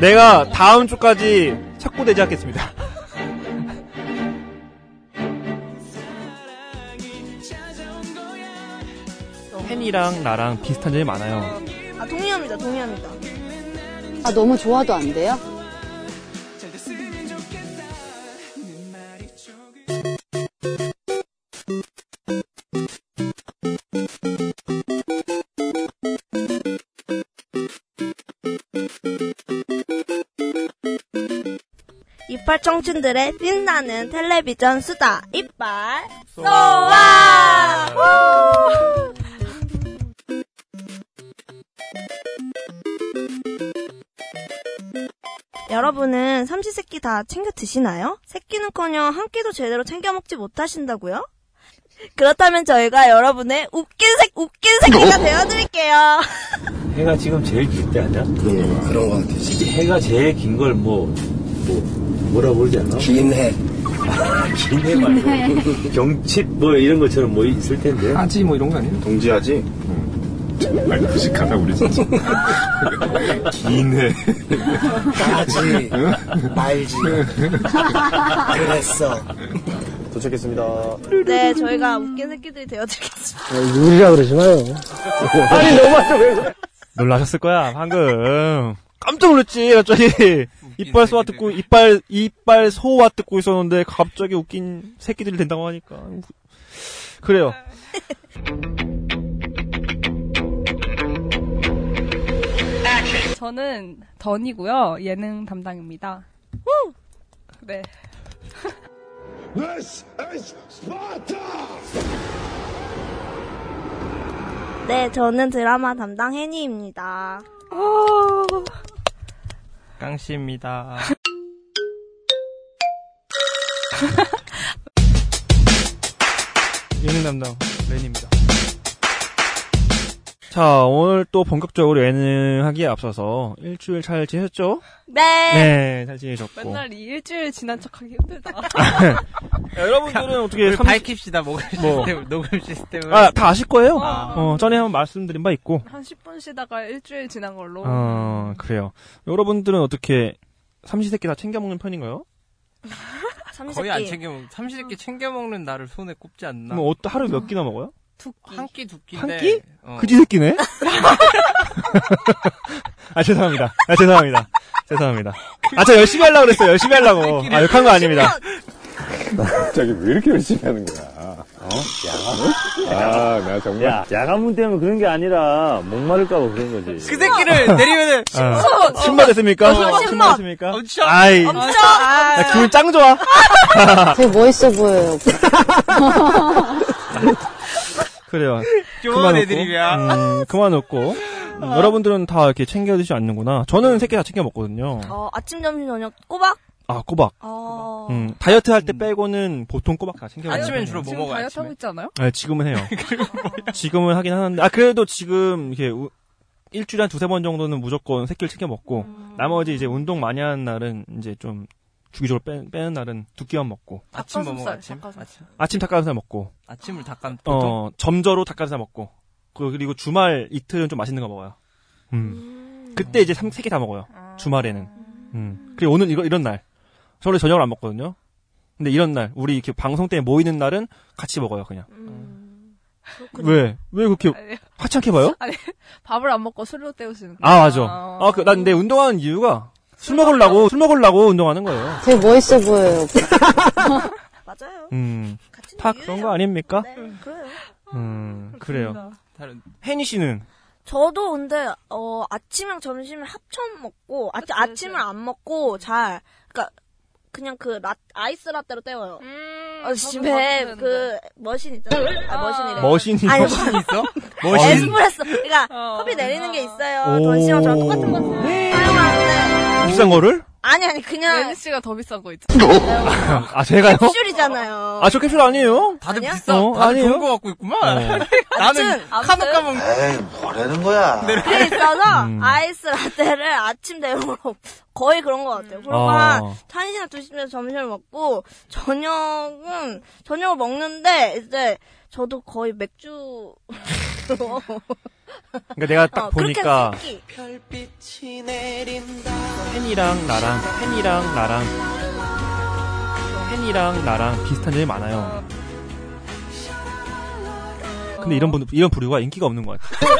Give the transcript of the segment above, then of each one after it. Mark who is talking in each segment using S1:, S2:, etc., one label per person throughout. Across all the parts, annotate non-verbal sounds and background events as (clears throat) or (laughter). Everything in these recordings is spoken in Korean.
S1: 내가 다음 주까지 착고되지 않겠습니다. (laughs) 팬이랑 나랑 비슷한 점이 많아요.
S2: 아 동의합니다 동의합니다
S3: 아, 너무 좋아도 안 돼요?
S2: 이빨 청춘들의 빛나는 텔레비전 수다 이빨 소와 여러분은 삼시세끼 다 챙겨 드시나요? 새끼는커녕 한 끼도 제대로 챙겨 먹지 못하신다고요? 그렇다면 저희가 여러분의 웃긴 새 웃긴 새끼가 되어드릴게요.
S4: 해가 지금 제일 길 때 아니야?
S5: 그런 거 그런 거 같아. 진짜.
S4: 해가 제일 긴 걸 뭐, 뭐, 뭐라 그러지 않나?
S5: 긴 해.
S4: 긴 해 말고. 경칩 뭐 이런 것처럼 뭐 있을 텐데.
S6: 아지 뭐 이런 거 아니에요?
S7: 동지하지?
S6: 정말 무식하다 우리 진짜. 긴해.
S5: 가지. 말지. 그랬어.
S7: 도착했습니다.
S2: 네, 저희가 웃긴 새끼들이 되어드리겠습니다.
S8: 유리라 그러지 마요.
S1: 놀라셨을 거야 방금. 깜짝 놀랐지 갑자기 이빨 소와 듣고 이빨 이빨 소와 듣고 있었는데 갑자기 웃긴 새끼들이 된다고 하니까 그래요.
S9: 저는 던이고요. 예능 담당입니다. 네.
S2: 네, 저는 드라마 담당 혜니입니다.
S1: 깡씨입니다. 예능 담당 렌입니다. 자 오늘 또 본격적으로 예능하기에 앞서서 일주일 잘 지내셨죠?
S2: 네.
S1: 네, 잘 지내셨고.
S9: 맨날 이 일주일 지난 척하기 (laughs) 힘들다.
S1: 여러분들은 어떻게
S10: 우리
S1: 30...
S10: 밝힙시다 녹음 (laughs)
S1: 뭐.
S10: 시스템 녹음 시스템을
S1: 아, 다 아실 거예요.
S9: 아.
S1: 어, 전에 한번 말씀드린 바 있고.
S9: 한 10분 쉬다가 일주일 지난 걸로.
S1: 어, 그래요. 여러분들은 어떻게 삼시세끼 다 챙겨 먹는 편인가요?
S2: 삼시세끼.
S10: 거의 안 챙겨 먹 삼시세끼 챙겨 먹는 나를 손에 꼽지 않나
S1: 그럼 어, 하루 몇 끼나 먹어요?
S9: 두 끼.
S10: 한 끼 두 끼인데
S1: 한 끼?
S10: 어.
S1: 그지새끼네? (laughs) 아, 죄송합니다. 아, 죄송합니다. 죄송합니다. 아, 저 열심히 하려고 그랬어요. 열심히 하려고. 아, 욕한 거 아닙니다.
S6: 갑자기 왜 이렇게 열심히 하는 거야? 어? 야, 나 정말.
S4: 야, 야간문 때문에 그런 게 아니라 목마를까봐 그런 거지.
S10: 그 새끼를 내리면은
S1: 아, 신발 됐습니까?
S2: 신발.
S1: 신발 됐습니까?
S10: 어, 엄청-
S1: 아이,
S10: 엄청
S1: 나 기분 짱 좋아.
S3: 되게 멋있어 보여요.
S1: 그래요.
S10: 좋은 애들이야
S1: 음, 그만 웃고. 음,
S10: 아.
S1: 여러분들은 다 이렇게 챙겨 드시지 않는구나. 저는 새끼 다 챙겨 먹거든요.
S2: 어, 아침, 점심, 저녁 꼬박?
S1: 아, 꼬박.
S2: 어.
S1: 음, 다이어트 할 때 빼고는 보통 꼬박 다 챙겨 먹어요.
S10: 아침엔 주로 뭐
S9: 지금
S10: 먹어
S9: 다이어트 하고
S10: 아침에
S9: 있잖아요.
S1: 네, 지금은 해요. 지금은 하긴 하는데, 아, 그래도 지금, 이렇게, 우- 일주일에 한 두세 번 정도는 무조건 새끼를 챙겨 먹고, 나머지 이제 운동 많이 하는 날은, 이제 좀, 주기적으로 빼, 빼는 날은 두 끼만 먹고,
S10: 아침 뭐 먹어
S9: 닭가슴살,
S10: 아침
S9: 닭가슴살.
S10: 아침
S1: 아침 닭가슴살 먹고,
S10: 아침을 닭간 보통
S1: 어, 점저로 닭가슴살 먹고, 그- 그리고 주말 이틀은 좀 맛있는 거 먹어요. 음. 그때 이제 삼, 세끼 다 먹어요.
S9: 아.
S1: 주말에는. 음. 그리고 오늘 이거, 이런 날. 저는 저녁을 안 먹거든요. 근데 이런 날, 우리 이렇게 방송 때 모이는 날은 같이 먹어요, 그냥.
S9: 음.
S1: 왜? 왜 그렇게
S9: 아니, (laughs)
S1: 화창해 봐요?
S9: 밥을 안 먹고 술로 때우시는 거.
S1: 아 맞아. 아 그 난 내 운동하는 이유가 술 먹으려고 술 먹으려고 운동하는 거예요.
S3: 되게 멋있어 보여요.
S2: 맞아요.
S1: 음,
S2: 같은
S1: 다
S2: 이유예요.
S1: 그런 거 아닙니까?
S2: 네, 그래요.
S1: 음, 그래요.
S10: 다른
S1: 혜니 씨는
S2: 저도 근데, 어, 아침이랑 점심을 합쳐 먹고, 아,
S9: 그치, 그치.
S2: 아침을 안 먹고 잘, 그니까, 그냥 그 라, 아이스 라떼로 때워요.
S9: 음,
S2: 어,
S9: 저도
S2: 집에
S9: 먹었는데.
S2: 그, 머신 있잖아요. 아,
S9: 아.
S2: 머신이래.
S1: 머신이
S2: 아니,
S10: 이 있어?
S2: 에스프레소. 그니까,
S9: 어.
S2: 커피 내리는 게 있어요.
S1: 오. 네.
S2: 돈씨랑 저랑 똑같은 거. 사용하는데.
S1: 비싼 거를?
S2: 아니, 아니, 그냥,
S9: 예니 씨가 더 비싼 거 있죠.
S1: 아 제가요?
S2: 캡슐이잖아요.
S1: 아 저 캡슐 아니에요.
S10: 다들
S2: 아니야?
S10: 비싸
S1: 어,
S10: 다들
S1: 아니에요? 어.
S10: 좋은 거 갖고 있구만 나는
S2: 아무튼.
S10: 카노 까먹
S5: 에이, 뭐라는 거야.
S2: 그게 있어서
S1: (laughs) 음.
S2: 아이스 라떼를 아침 대용으로 (laughs) 거의 그런 것 같아요. 그리고
S1: 아.
S2: 한 1시나 2시쯤에 점심을 먹고 저녁은 저녁을 먹는데 이제 저도 거의 맥주
S1: 그러니까 내가 딱
S2: 어, 그렇게
S1: 보니까
S2: 새끼.
S5: 별빛이 내린다.
S1: 팬이랑 나랑 팬이랑 나랑 팬이랑 나랑 비슷한 점이 많아요. 근데 이런 분 이런 부류가 인기가 없는 것 같아요.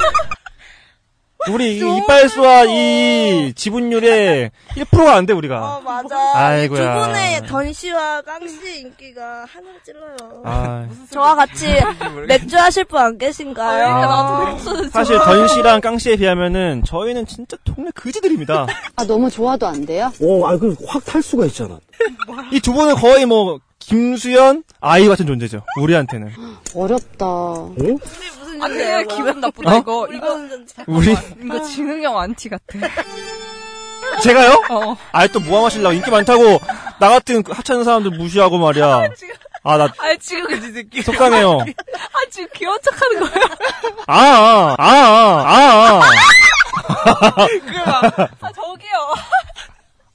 S1: 우리 이 이빨수와 이 지분율의 1%가 안 돼 우리가.
S2: 어, 맞아.
S1: 아이고야.
S2: 두 분의 던씨와 깡씨 인기가 하늘 찔러요.
S1: 아,
S2: 저와
S1: (laughs)
S2: 같이 맥주 하실 분 안 계신가요?
S1: 아, 나도 사실 던 씨랑 깡 씨에 비하면은 저희는 진짜 동네 그지들입니다.
S3: 아, 너무 좋아도 안 돼요?
S5: 어,
S4: 오, 아, 그 확 탈 수가 있잖아.
S1: 이 두 분은 거의 뭐 김수현 아이 같은 존재죠. 우리한테는
S3: 어렵다.
S2: 무슨
S9: 안
S2: 일이에요,
S9: 돼,
S2: 이거?
S9: 아, 기분 나쁘다,
S1: 어?
S9: 이거. 이거,
S2: 이건 좀 참-
S1: 우리
S9: 이거 지능형 안티 같아.
S1: 제가요?
S9: 어.
S1: 아이 또뭐 모함하시려고 인기 많다고 나 같은 그 하찮은 사람들 무시하고 말이야. 아 나
S9: (laughs)
S1: (laughs)
S9: 아, 지금, 이 새끼.
S1: 속상해요.
S9: 아, 지금 귀여운 척 하는 (laughs) 거야.
S1: 아아아아 아.
S9: 아, (laughs) 저기요.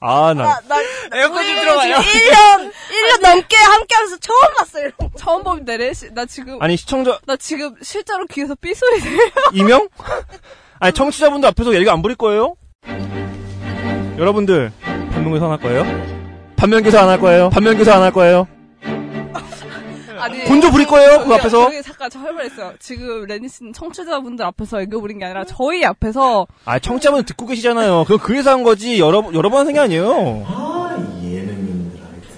S1: 아, 나
S2: 나, 나,
S10: (laughs) 에어컨 좀
S2: 우리를
S10: 들어가요.
S2: 지금 1년, 1년 넘게 함께 하면서 처음 봤어요, 이런 거.
S9: 처음 보면 내래. 시- 나 지금,
S1: 아니 시청자
S9: 나 지금 실제로 귀에서 삐소리 들려.
S1: 이명? (laughs) 아니 청취자분들 앞에서 얘기 안 부릴 거예요? 여러분들 반면교사 안 할 거예요? 반면교사 안 할 거예요? 반면교사 안 할 거예요?
S9: (laughs) 아니.
S1: 곤조 부릴 거예요? 그
S9: 저기요,
S1: 앞에서?
S9: 저기 잠깐, 저 할 말 있어요. 지금 레니 씨는 청취자분들 앞에서 애교 부린 게 아니라 저희 앞에서
S1: 아 청취자분들 듣고 계시잖아요. 그거 그래서 한 거지 여러 여러 번 생각 아니에요.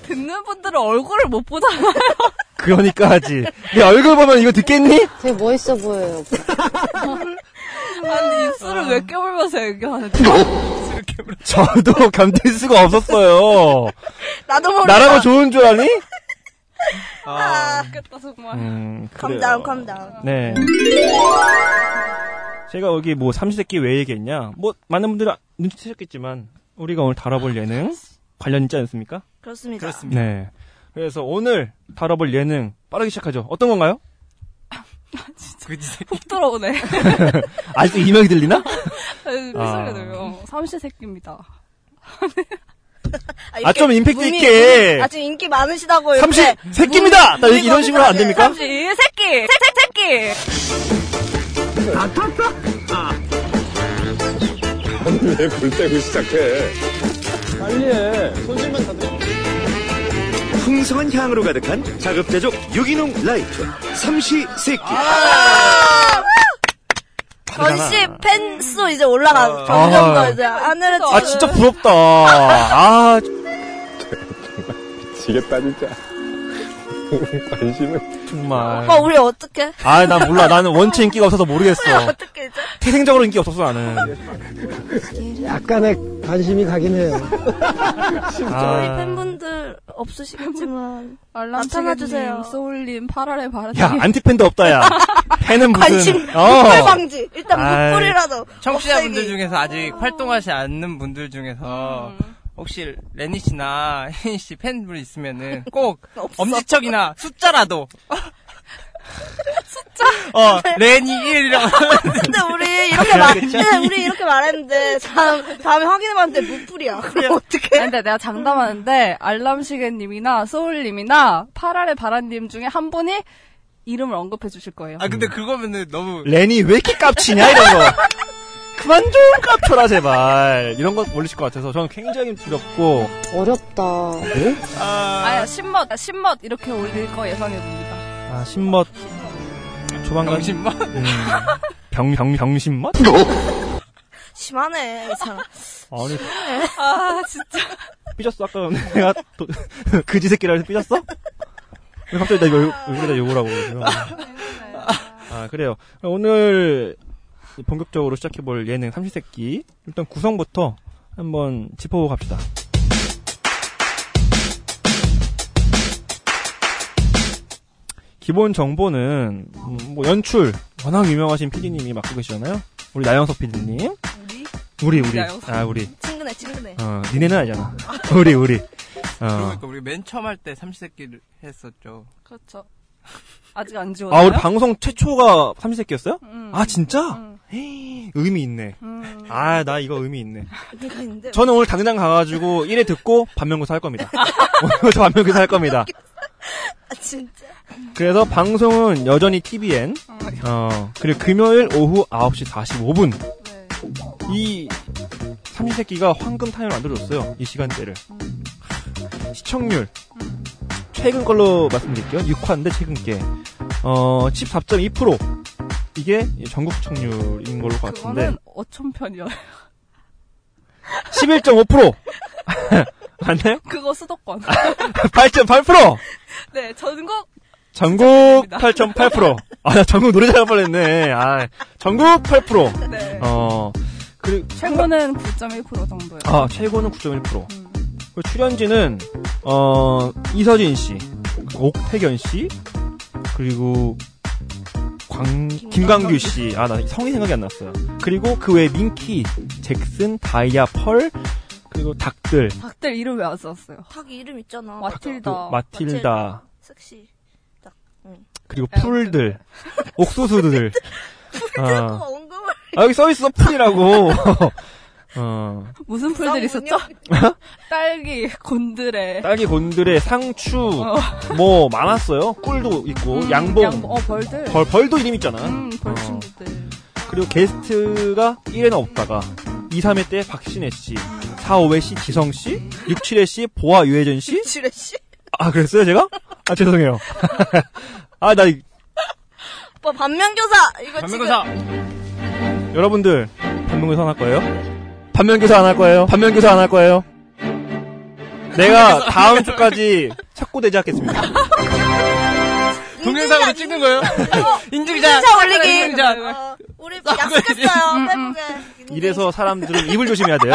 S9: 듣는 분들은 얼굴을 못 보잖아요. (laughs)
S1: 그러니까 하지. 내 얼굴 보면 이거 듣겠니?
S3: 되게 멋있어 보여요. 오빠.
S9: 아니, 입술을 왜 깨물면서
S1: 어?
S9: 애교하는데.
S1: 저도 (laughs) 견딜 수가 없었어요.
S2: 나도 모르게. (laughs)
S1: 나라고 좋은 줄 아니?
S9: 아, 겠다 정말.
S1: 음, 그래요.
S2: 컴다운, 컴다운.
S1: 네. 제가 여기 뭐 삼시세끼 왜 얘기했냐? 뭐 많은 분들이 아- 눈치채셨겠지만 우리가 오늘 다뤄볼 예능 관련 있지 않습니까?
S2: 그렇습니다.
S1: 네. 그래서 오늘 다뤄볼 예능 빠르게 시작하죠. 어떤 건가요?
S9: 훅 들어오네.
S1: 아직도 이명이 들리나? 아.
S9: 미소리 들려. 삼시 새끼입니다.
S1: 아, 좀 임팩트
S2: 문이-
S1: 있게.
S2: 아주 인기 많으시다고.
S1: 삼시
S2: 이렇게
S1: 세끼입니다. 나
S2: 네. 문이
S1: 이런 식으로 하면 안 됩니까?
S9: 삼시 새끼! 새끼! 새끼!
S6: 왜불 떼고 시작해? 빨리 해. 손질만 다
S4: 풍성한 향으로 가득한 자급자족 유기농 라이프. 삼시 세끼.
S2: 전시 팬수 이제 올라가. 점점 더 이제 하늘에
S9: 아,
S1: 아
S2: 찌르는.
S1: 진짜 부럽다. 아
S6: 지겠다 진짜. 관심은
S1: 정말.
S2: 오빠, 우리 어떻게?
S1: 아, 난 몰라. 나는 원체 인기가 없어서 모르겠어.
S2: (laughs) 어떻게 이제?
S1: 태생적으로 인기 없었어 나는.
S5: 약간의 관심이 가긴 해요.
S2: 저희
S1: 아.
S2: 팬분들 없으시겠지만.
S9: 알람치겠님,
S2: 나타나주세요.
S9: 소울님, 8월의 바람.
S1: 야, 안티팬도 없다, 야. 팬은 무슨. 어.
S2: 관심, 묵불 방지. 일단
S1: 아이,
S2: 묵불이라도.
S10: 청취자분들
S9: 어.
S2: 없애기.
S10: 중에서 아직 활동하지 않는 분들 중에서
S9: 음.
S10: 혹시 레니 씨나 혜인 씨 팬분
S9: (laughs)
S10: 있으면은 꼭 엄지척이나 숫자라도 숫자 어
S9: 네.
S10: 레니 1 이라고
S2: 근데 우리
S1: (laughs)
S2: 이렇게 말,
S1: 그렇죠.
S2: 근데 우리 이렇게 말했는데, 다음, 다음에 확인해봤는데 묵불이야. 그럼
S9: 아니,
S2: 어떡해?
S9: 근데 내가 장담하는데 알람시계님이나 소울님이나 8월의 바람님 중에 한 분이 이름을 언급해 주실 거예요.
S10: 아 근데 그거면은 너무
S1: 레니 왜 이렇게 깝치냐, 이런 거. 그만 좀 깝쳐라, 제발. 이런 거 몰리실 것 같아서 저는 굉장히 두렵고.
S3: 어렵다.
S9: 아야 신멋 신멋 이렇게 올릴 거 예상해 봅니다.
S1: 아, 신멋. 조만간.
S10: 정신만
S1: 음, 병, 병, 병신멋?
S2: 심하네, 이 사람.
S1: 아니,
S9: 아 진짜
S1: 삐졌어, 아까. 내가 도, (laughs) 그지 새끼라 해서 삐졌어? 왜 갑자기 나 욕, 여기다 욕을 하고 그러죠? 아, 그래요. 오늘 본격적으로 시작해볼 예능 삼시세끼. 일단 구성부터 한번 짚어보고 갑시다. 기본 정보는, 음, 뭐, 연출. 워낙 유명하신 PD님이 맡고 계시잖아요? 우리 나영석 PD님. 우리,
S9: 우리
S1: 우리.
S9: 나영석.
S1: 아, 우리.
S2: 친근해, 친근해.
S1: 어, 니네는 아니잖아. (laughs) 우리, 우리. 어.
S10: 그러니까 우리 맨 처음 할 때 삼시세끼를 했었죠
S9: 그렇죠. 아직 안 지웠나요?
S1: 아, 우리 방송 최초가 삼시세끼였어요?
S9: 음.
S1: 아, 진짜?
S9: 음.
S1: 헤이, 의미 있네.
S9: 음.
S1: 아, 나 이거 의미 있네.
S2: 내가 있는데.
S1: 저는 오늘 당장 가가지고 1회 듣고 반면교사 할 겁니다. 오늘 저 반면교사 할 겁니다.
S2: 아, 진짜.
S1: 그래서 방송은 여전히 TVN, 어, 그리고 금요일 오후 9시 45분.
S9: 네.
S1: 이 삼시세끼가 황금 타임을 만들어줬어요. 이 시간대를.
S9: 음.
S1: 시청률. 최근 걸로 말씀드릴게요. 6화인데 최근 게. 어, 14.2%. 이게 전국 시청률인 걸로 것 같은데.
S9: 그거는 어촌 편이야.
S1: 11.5%! (laughs) 맞나요?
S9: (laughs) 그거 수도권.
S1: 아. 8.8%!
S9: (laughs) 네, 전국
S1: 전국
S9: 죄송합니다.
S1: 8.8%. 아, 나 전국 노래 잘할 뻔했네. 아, 전국 8%.
S9: 네.
S1: 어, 그리고,
S9: 최고는 9.1% 정도예요.
S1: 아, 최고는 9.1%.
S9: 음.
S1: 그리고 출연진은, 어, 이서진 씨, 옥태견 씨, 그리고, 광, 김광규 씨. 아, 나 성이 생각이 안 났어요. 그리고 그 외에 민키, 잭슨, 다이아, 펄, 그리고 닭들,
S9: 닭들 이름 왜 안 썼어요?
S2: 닭 이름 있잖아.
S9: 마틸다.
S1: 또 마틸다,
S2: 섹시.
S1: 그리고 풀들, (laughs) 옥수수들. 아.
S2: 어, 언급을.
S1: 아, 여기 서비스 풀이라고. (laughs) 어,
S9: 무슨 풀들 있었죠? 딸기, 곤드레.
S1: 딸기 곤드레, 상추,
S9: 어.
S1: 뭐, 많았어요. 꿀도 있고,
S9: 음,
S1: 양봉.
S9: 양봉. 어, 벌들.
S1: 벌, 벌도 이름 있잖아.
S9: 음, 벌
S1: 어.
S9: 친구들.
S1: 그리고 게스트가 1회나 없다가, 2, 3회 때 박신혜 씨, 4, 5회 씨 지성 씨, 6, 7회 씨 보아 유혜전 씨.
S2: 지레 씨.
S1: 아, 그랬어요, 제가? 아, 죄송해요. (laughs) 아, 나, 이-
S2: 오빠 반면교사. 이거
S9: 아,
S10: 반면교사
S1: 여러분들, 반면교사 안 할 거예요? 반면교사 안 할 거예요? 반면교사 안 할 거예요? 내가 다음 주까지 착고되지 않겠습니다.
S2: 지금
S10: 동영상으로 찍는 거예요?
S9: 어.
S10: (laughs) 인증샷
S2: 인증샷 올리기.
S10: 인증샷 음,
S2: 어, 우리 약속했어요. 페북에.
S1: 이래서 사람들은 입을 조심해야 돼요.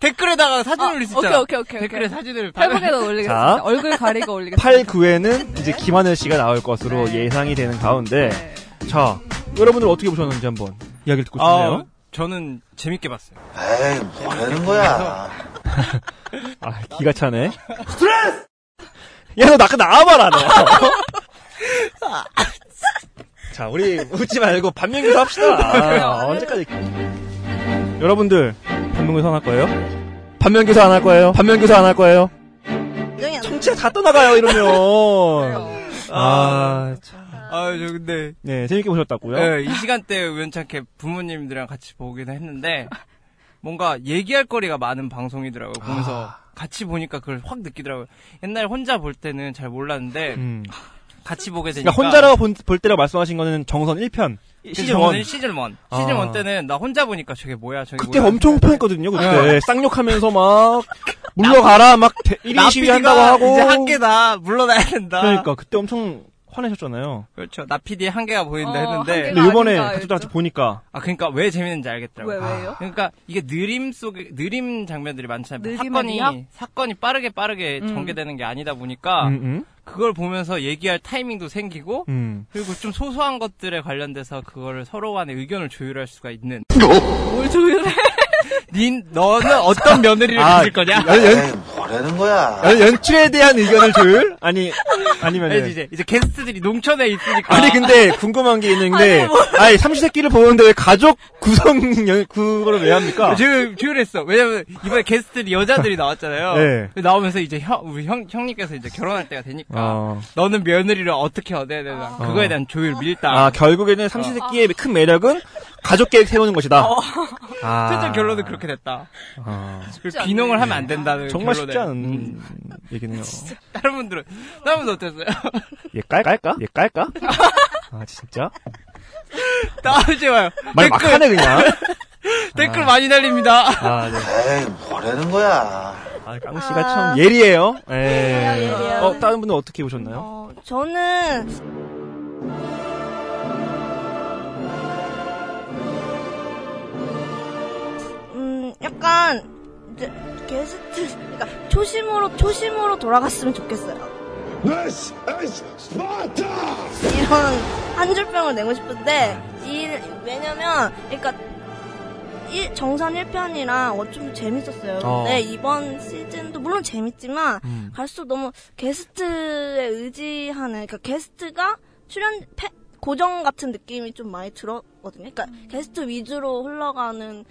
S10: 댓글에다가 사진 올릴 수
S9: 어, 오케이,
S10: 있잖아
S9: 오케이, 오케이.
S10: 댓글에
S9: 오케이.
S10: 사진을 다
S9: 회복에다 올리겠습니다.
S1: 자.
S9: 얼굴 가리고 올리겠습니다.
S1: 8, 9회는 이제 김하늘 씨가 나올 것으로
S9: 네.
S1: 예상이 되는 가운데
S9: 네.
S1: 자 여러분들 어떻게 보셨는지 한번 이야기를 듣고 싶네요.
S10: 저는 재밌게 봤어요
S1: 아 기가 차네. 스트레스. 야너 아까 나와봐라 (laughs) 너. 자 우리 웃지 말고 반면교사 합시다. 아, 언제까지? 여러분들 반면교사 안 할 거예요? 반면교사 안 할 거예요? 반면교사 안 할 거예요?
S2: 인정이 안 돼.
S1: 청취자 다 떠나가요 이러면. (laughs) 아, 참.
S10: 아저 근데
S1: 네 재밌게 보셨다고요?
S10: 예, 이 시간대 우연찮게 부모님들이랑 같이 보기도 했는데 뭔가 얘기할 거리가 많은 방송이더라고요 보면서
S1: 아.
S10: 같이 보니까 그걸 확 느끼더라고요 옛날 혼자 볼 때는 잘 몰랐는데
S1: 음.
S10: 같이 보게 되니까 그
S1: 그러니까 혼자라고 본- 볼 때라고 말씀하신 거는 정선 1편 시즌 1
S10: 시즌 1
S1: 아.
S10: 시즌 1 때는 나 혼자 보니까 저게 뭐야 저게
S1: 그때
S10: 뭐야.
S1: 엄청 편했거든요 그때
S10: 네.
S1: 쌍욕하면서 (laughs) 막 물러가라 막 대- 1인 시위
S10: 나
S1: 한다고
S10: PD가
S1: 하고
S10: 이제 한계다 물러나야 된다
S1: 그러니까 그때 엄청 화내셨잖아요
S10: 그렇죠 나 PD의 한계가 보인다
S9: 어,
S10: 했는데
S9: 한계가-
S1: 근데 이번에
S9: 아닌가
S1: 같이
S9: 했죠.
S1: 같이 보니까
S10: 아 그러니까 왜 재밌는지 알겠더라고요
S9: 왜, 왜요?
S10: 그러니까 이게 느림 속에 느림 장면들이 많잖아요 그
S9: 느림의
S10: 사건이
S9: 미학?
S10: 사건이 빠르게 빠르게
S9: 음.
S10: 전개되는 게 아니다 보니까
S1: 음, 음,
S10: 그걸 보면서 얘기할 타이밍도 생기고
S1: 음.
S10: 그리고 좀 소소한 것들에 관련돼서 그거를 서로 간의 의견을 조율할 수가 있는
S1: 어?
S9: 뭘 조율해?
S10: 닌 너는 어떤 며느리를
S1: 아,
S10: 가질 거냐
S1: 연, 연, 뭐라는 거야 연출에 대한 의견을 조율? 아니 아니면
S10: 아니, 이제 이제 게스트들이 농촌에 있으니까
S1: 네. 아니 근데 궁금한 게 있는데 아니 뭐. 삼시세끼를 보는데 왜 가족 구성 연- 그거를 왜 합니까?
S10: 지금 조율했어. 왜냐면 이번에 게스트들이 여자들이 나왔잖아요.
S1: 네.
S10: 나오면서 이제 형 우리 형 형님께서 이제 결혼할 때가 되니까
S1: 어.
S10: 너는 며느리를 어떻게 얻어야 되나 그거에 대한 조율 밀당.
S1: 아, 결국에는 삼시세끼의 큰 매력은 가족 계획 세우는 것이다. 아.
S10: 최종 결론은 그렇게 됐다.
S1: 아,
S10: 그리고 비농을 하면 안 된다는
S1: 정말
S10: 결론에.
S1: 쉽지 않은
S10: 음.
S1: 얘기네요.
S10: 다른 분들은 다른 분들 어땠어요? (laughs)
S1: 얘 깔, 깔까? 얘 깔까? 아, 진짜?
S10: 다음 주에 와요.
S1: 말 막하네, 그냥.
S10: 댓글 많이 달립니다.
S1: (laughs) 아, 네. 에이, 뭐라는 거야. 아, 깡우 씨가 참 예리해요. 예.
S2: 예리해요.
S1: 어, 다른 분은 어떻게 보셨나요?
S2: 어, 저는 음 약간 이제 게스트 그러니까 초심으로 초심으로 돌아갔으면 좋겠어요.
S5: This is Sparta!
S2: 이런 한 줄평을 내고 싶은데 이 왜냐면 그러니까 이 정선 1편이랑 어좀 재밌었어요. 근데
S1: 어.
S2: 이번 시즌도 물론 재밌지만
S1: 음.
S2: 갈수록 너무 게스트에 의지하는 그러니까 게스트가 출연 패- 고정 같은 느낌이 좀 많이 들었거든요. 그러니까 게스트 위주로 흘러가는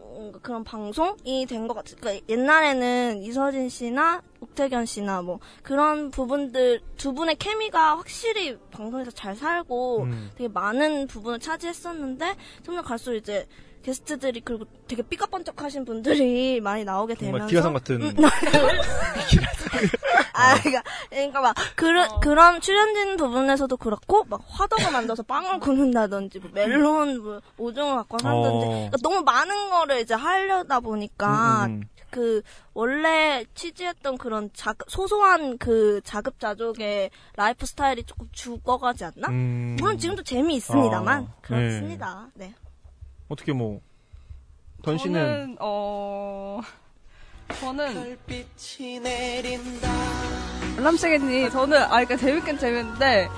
S2: 뭔가 그런 방송이 된 것 같아요. 그러니까 옛날에는 이서진 씨나 옥태견 씨나 뭐 그런 부분들 두 분의 케미가 확실히 방송에서 잘 살고
S1: 음.
S2: 되게 많은 부분을 차지했었는데 점점 갈수록 이제 게스트들이 그리고 되게 삐까뻔쩍하신 분들이 (laughs) 많이 나오게
S1: 정말
S2: 되면서
S1: 기가상 같은
S2: (laughs)
S1: 음,
S2: 아, 그러니까, 그러니까 막 그런 그런 출연진 부분에서도 그렇고 막 화덕을 만들어서 빵을 굽는다든지 뭐 멜론 뭐 오징어 갖고 한다든지
S1: 어.
S2: 그러니까 너무 많은 거를 이제 하려다 보니까
S1: 음, 음.
S2: 그 원래 취지했던 그런 자, 소소한 그 자급자족의 라이프 스타일이 조금 죽어가지 않나?
S1: 음.
S2: 물론 지금도 재미 있습니다만
S1: 아,
S2: 그렇습니다. 네.
S1: 어떻게 뭐 전씨는
S9: 저는 어 저는 알람시계님 저는 아 그러니까 재밌긴 재밌는데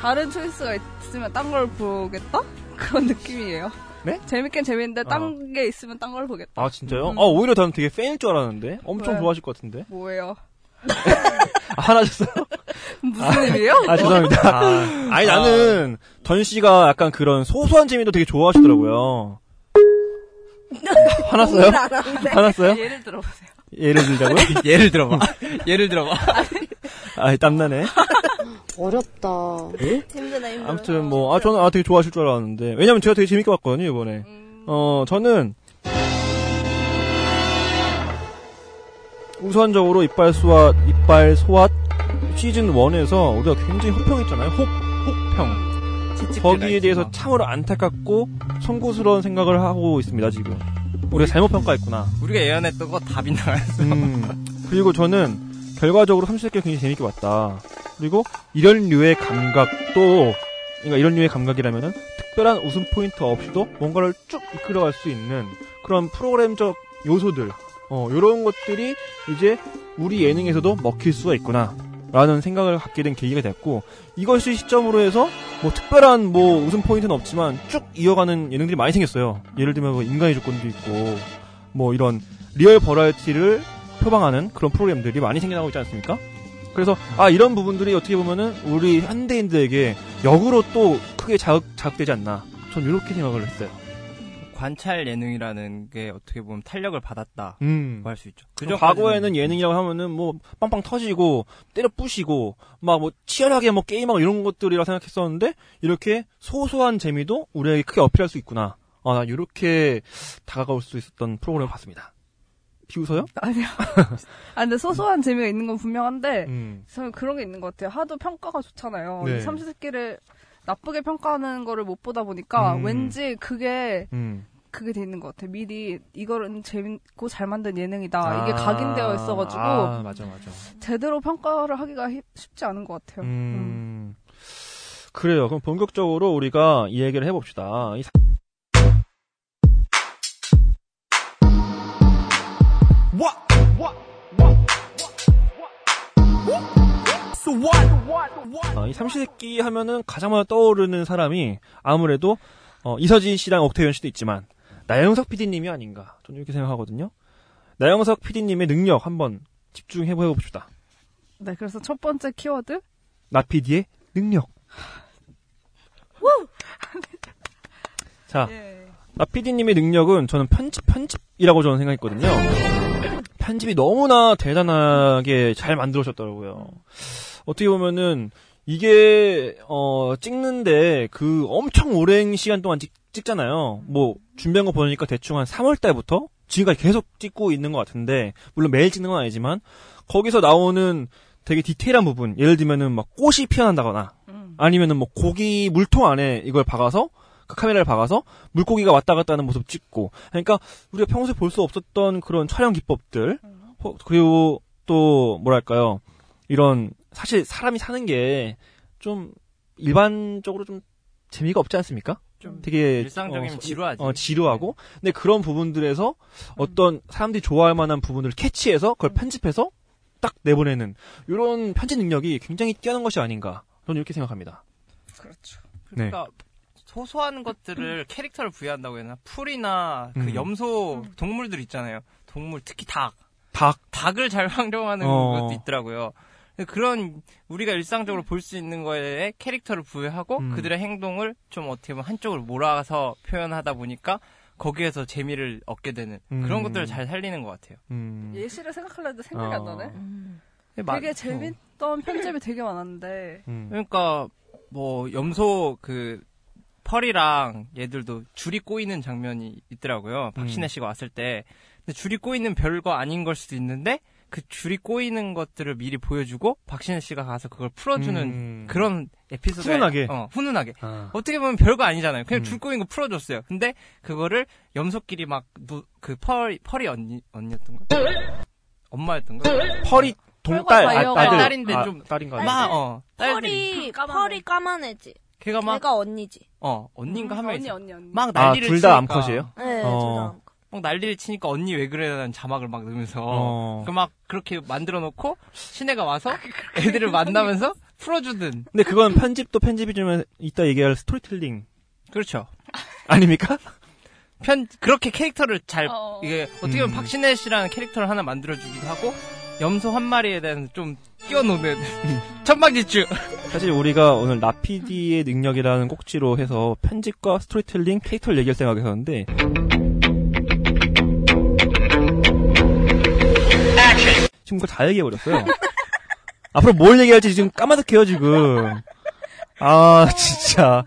S9: 다른 초이스가 있으면 딴 걸 보겠다 (laughs) 그런 느낌이에요.
S1: 네?
S9: 재밌긴 재밌는데 딴
S1: 어.
S9: 게 있으면 딴 걸 보겠다.
S1: 아 진짜요?
S9: 음.
S1: 아 오히려 저는 되게 팬일 줄 알았는데 엄청
S9: 왜?
S1: 좋아하실 것 같은데
S9: 뭐예요? (laughs)
S1: 아, 하나셨어요?
S9: 무슨 일이에요?
S1: 아 죄송합니다. 아, 니 나는 전씨가 약간 그런 소소한 재미도 되게 좋아하시더라고요. 화났어요?
S2: 고민을 안 하는데.
S1: 화났어요?
S9: (laughs) 예를 들어보세요.
S1: (laughs) 예를 (laughs) 들자고요?
S10: 예를 들어봐. (laughs)
S1: (laughs)
S10: 예를 들어봐.
S1: 아 땀나네.
S3: 어렵다.
S2: 힘드네 힘들어.
S1: 아무튼 뭐 아 저는 아 되게 좋아하실 줄 알았는데 왜냐면 제가 되게 재밌게 봤거든요 이번에 어 저는 우선적으로 이빨 소앗 이빨 소앗 시즌 1에서 우리가 굉장히 호평했잖아요 혹 혹평 거기에 대해서 참으로 안타깝고 송구스러운 생각을 하고 있습니다 지금 우리가 잘못 평가했구나
S10: 우리가 예언했던 거 다 빗나가요.
S1: 음, 그리고 저는 결과적으로 30개 굉장히 재밌게 봤다. 그리고 이런 류의 감각도, 그러니까 이런 류의 감각이라면은 특별한 웃음 포인트 없이도 뭔가를 쭉 이끌어갈 수 있는 그런 프로그램적 요소들, 어, 요런 것들이 이제 우리 예능에서도 먹힐 수가 있구나. 라는 생각을 갖게 된 계기가 됐고 이것이 시점으로 해서 뭐 특별한 뭐 웃음 포인트는 없지만 쭉 이어가는 예능들이 많이 생겼어요. 예를 들면 뭐 인간의 조건도 있고 뭐 이런 리얼 버라이어티를 표방하는 그런 프로그램들이 많이 생겨나고 있지 않습니까? 그래서 아 이런 부분들이 어떻게 보면은 우리 현대인들에게 역으로 또 크게 자극, 자극되지 않나 전 이렇게 생각을 했어요.
S10: (laughs) 관찰 예능이라는 게 어떻게 보면 탄력을 받았다고
S1: 음.
S10: 할 수 있죠.
S1: 그죠? 음. 과거에는 예능이라고 하면은 뭐 빵빵 터지고 때려 부시고 막 뭐 치열하게 뭐 게임하고 이런 것들이라 생각했었는데 이렇게 소소한 재미도 우리에게 크게 어필할 수 있구나. 아, 나 이렇게 다가올 수 있었던 프로그램을 봤습니다. 비웃어요? (laughs)
S9: 아니요. 아 근데 소소한 재미가 있는 건 분명한데
S1: 음.
S9: 저는 그런 게 있는 것 같아요. 하도 평가가 좋잖아요.
S1: 네.
S9: 이 삼시세끼를 나쁘게 평가하는 거를 못 보다 보니까
S1: 음.
S9: 왠지 그게
S1: 음.
S9: 그게 돼 있는 것 같아요. 미리 이거는 재밌고 잘 만든 예능이다. 이게
S1: 아,
S9: 각인되어 있어가지고
S1: 아, 맞아 맞아.
S9: 제대로 평가를 하기가 히- 쉽지 않은 것 같아요. 음.
S1: 음. 그래요. 그럼 본격적으로 우리가 이 얘기를 해봅시다. 이 사- 아, 이 삼시세끼 하면은 가장 먼저 떠오르는 사람이 아무래도 어, 이서진 씨랑 옥태현 씨도 있지만 나영석 PD님이 아닌가 저는 이렇게 생각하거든요. 나영석 PD님의 능력 한번 집중해 보봅시다.
S9: 네, 그래서 첫 번째 키워드
S1: 나 PD의 능력. 자, 나 PD님의 능력은 저는 편집, 편집이라고 저는 생각했거든요. 편집이 너무나 대단하게 잘 만들어졌더라고요. 어떻게 보면은, 이게, 어, 찍는데 그 엄청 오랜 시간 동안 찍, 찍잖아요. 뭐, 준비한 거 보니까 대충 한 3월 달부터 지금까지 계속 찍고 있는 것 같은데, 물론 매일 찍는 건 아니지만, 거기서 나오는 되게 디테일한 부분, 예를 들면은 막 꽃이 피어난다거나,
S9: 음.
S1: 아니면은 뭐 고기 물통 안에 이걸 박아서 그 카메라를 박아서 물고기가 왔다 갔다 하는 모습 찍고 그러니까 우리가 평소에 볼 수 없었던 그런 촬영 기법들 호- 그리고 또 뭐랄까요 이런 사실 사람이 사는 게 좀 일반적으로 좀 재미가 없지 않습니까?
S10: 좀
S1: 되게
S10: 일상적이면
S1: 어,
S10: 지루하지.
S1: 어, 지루하고 근데 그런 부분들에서 어떤 사람들이 좋아할 만한 부분을 캐치해서 그걸 편집해서 딱 내보내는 이런 편집 능력이 굉장히 뛰어난 것이 아닌가 저는 이렇게 생각합니다.
S9: 그렇죠.
S10: 그러니까 소소한 것들을 캐릭터를 부여한다고 해야 되나? 풀이나 그
S1: 음.
S10: 염소 동물들 있잖아요. 동물 특히 닭.
S1: 닭.
S10: 닭을 잘 (laughs) 활용하는
S1: 어.
S10: 것도 있더라고요. 근데 그런 우리가 일상적으로 볼 수 있는 거에 캐릭터를 부여하고
S1: 음.
S10: 그들의 행동을 좀 어떻게 보면 한쪽으로 몰아서 표현하다 보니까 거기에서 재미를 얻게 되는 그런
S1: 음.
S10: 것들을 잘 살리는 것 같아요.
S1: 음.
S9: 예시를 생각하려도 생각이
S10: 어.
S9: 안 나네.
S10: 맞-
S9: 되게
S10: 어.
S9: 재밌던 편집이 되게 많았는데
S1: 음.
S10: 그러니까 뭐 염소 그 펄이랑 얘들도 줄이 꼬이는 장면이
S1: 음.
S10: 있더라고요. 박신혜 씨가 왔을 때. 근데 줄이 꼬이는 별거 아닌 걸 수도 있는데 그 줄이 꼬이는 것들을 미리 보여주고 박신혜 씨가 가서 그걸 풀어주는
S1: 음.
S10: 그런 에피소드.
S1: 훈훈하게.
S10: 어, 훈훈하게.
S1: 아.
S10: 어떻게 보면 별거 아니잖아요. 그냥
S1: 음.
S10: 줄 꼬인 거 풀어줬어요. 근데 그거를 염소끼리 막 그 펄, 펄이 언니, 언니였던가? 엄마였던가?
S1: 펄이 동딸
S9: 펄과
S1: 아,
S9: 여우가
S1: 딸들
S10: 딸인데
S1: 아,
S10: 좀-
S1: 딸인가
S10: 막, 어. 딸들이.
S2: 펄이 펄이 까만 애지.
S10: 걔가 막,
S2: 걔가 언니지.
S10: 어, 언니인가 하면
S9: 언니 언니 언니.
S10: 막
S1: 아,
S10: 난리를
S1: 둘 다
S10: 치니까.
S1: 암컷이에요?
S2: 네,
S1: 어.
S2: 어.
S10: 막 난리를 치니까 언니 왜 그래라는 자막을 막 넣으면서.
S1: 어.
S10: 그 막 그렇게 만들어 놓고 신혜가 와서 애들을 만나면서 풀어주든.
S1: 근데 그건 편집도 편집이지만 이따 얘기할 스토리텔링
S10: 그렇죠.
S1: 아닙니까?
S10: 편, 그렇게 캐릭터를 잘,
S9: 어.
S10: 이게 어떻게 보면
S1: 음.
S10: 박신혜 씨라는 캐릭터를 하나 만들어주기도 하고, 염소 한 마리에 대한 좀 끼워놓는 (laughs) 천방지축.
S1: 사실 우리가 오늘 라피디의 능력이라는 꼭지로 해서 편집과 스토리텔링 캐릭터를 얘기할 생각했었는데 지금 그거 다 얘기해버렸어요 앞으로 뭘 얘기할지 지금 까마득해요 지금 아 진짜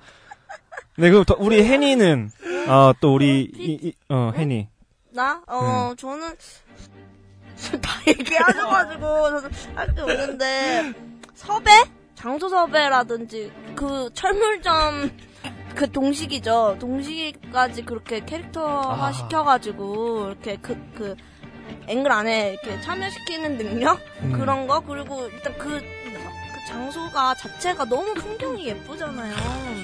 S1: 네 그럼 더- 우리 해니는 아 또 우리 이- 이- 어 해니
S2: 나? 어, 저는 (laughs) 다 얘기하셔가지고 저는 할 게 없는데 섭외? 장소 섭외라든지 그 철물점 그 동식이죠. 동식이까지 그렇게 캐릭터화
S1: 아.
S2: 시켜가지고 이렇게 그 그 앵글 안에 이렇게 참여시키는 능력
S1: 음.
S2: 그런 거 그리고 일단 그, 그 장소가 자체가 너무 풍경이 예쁘잖아요.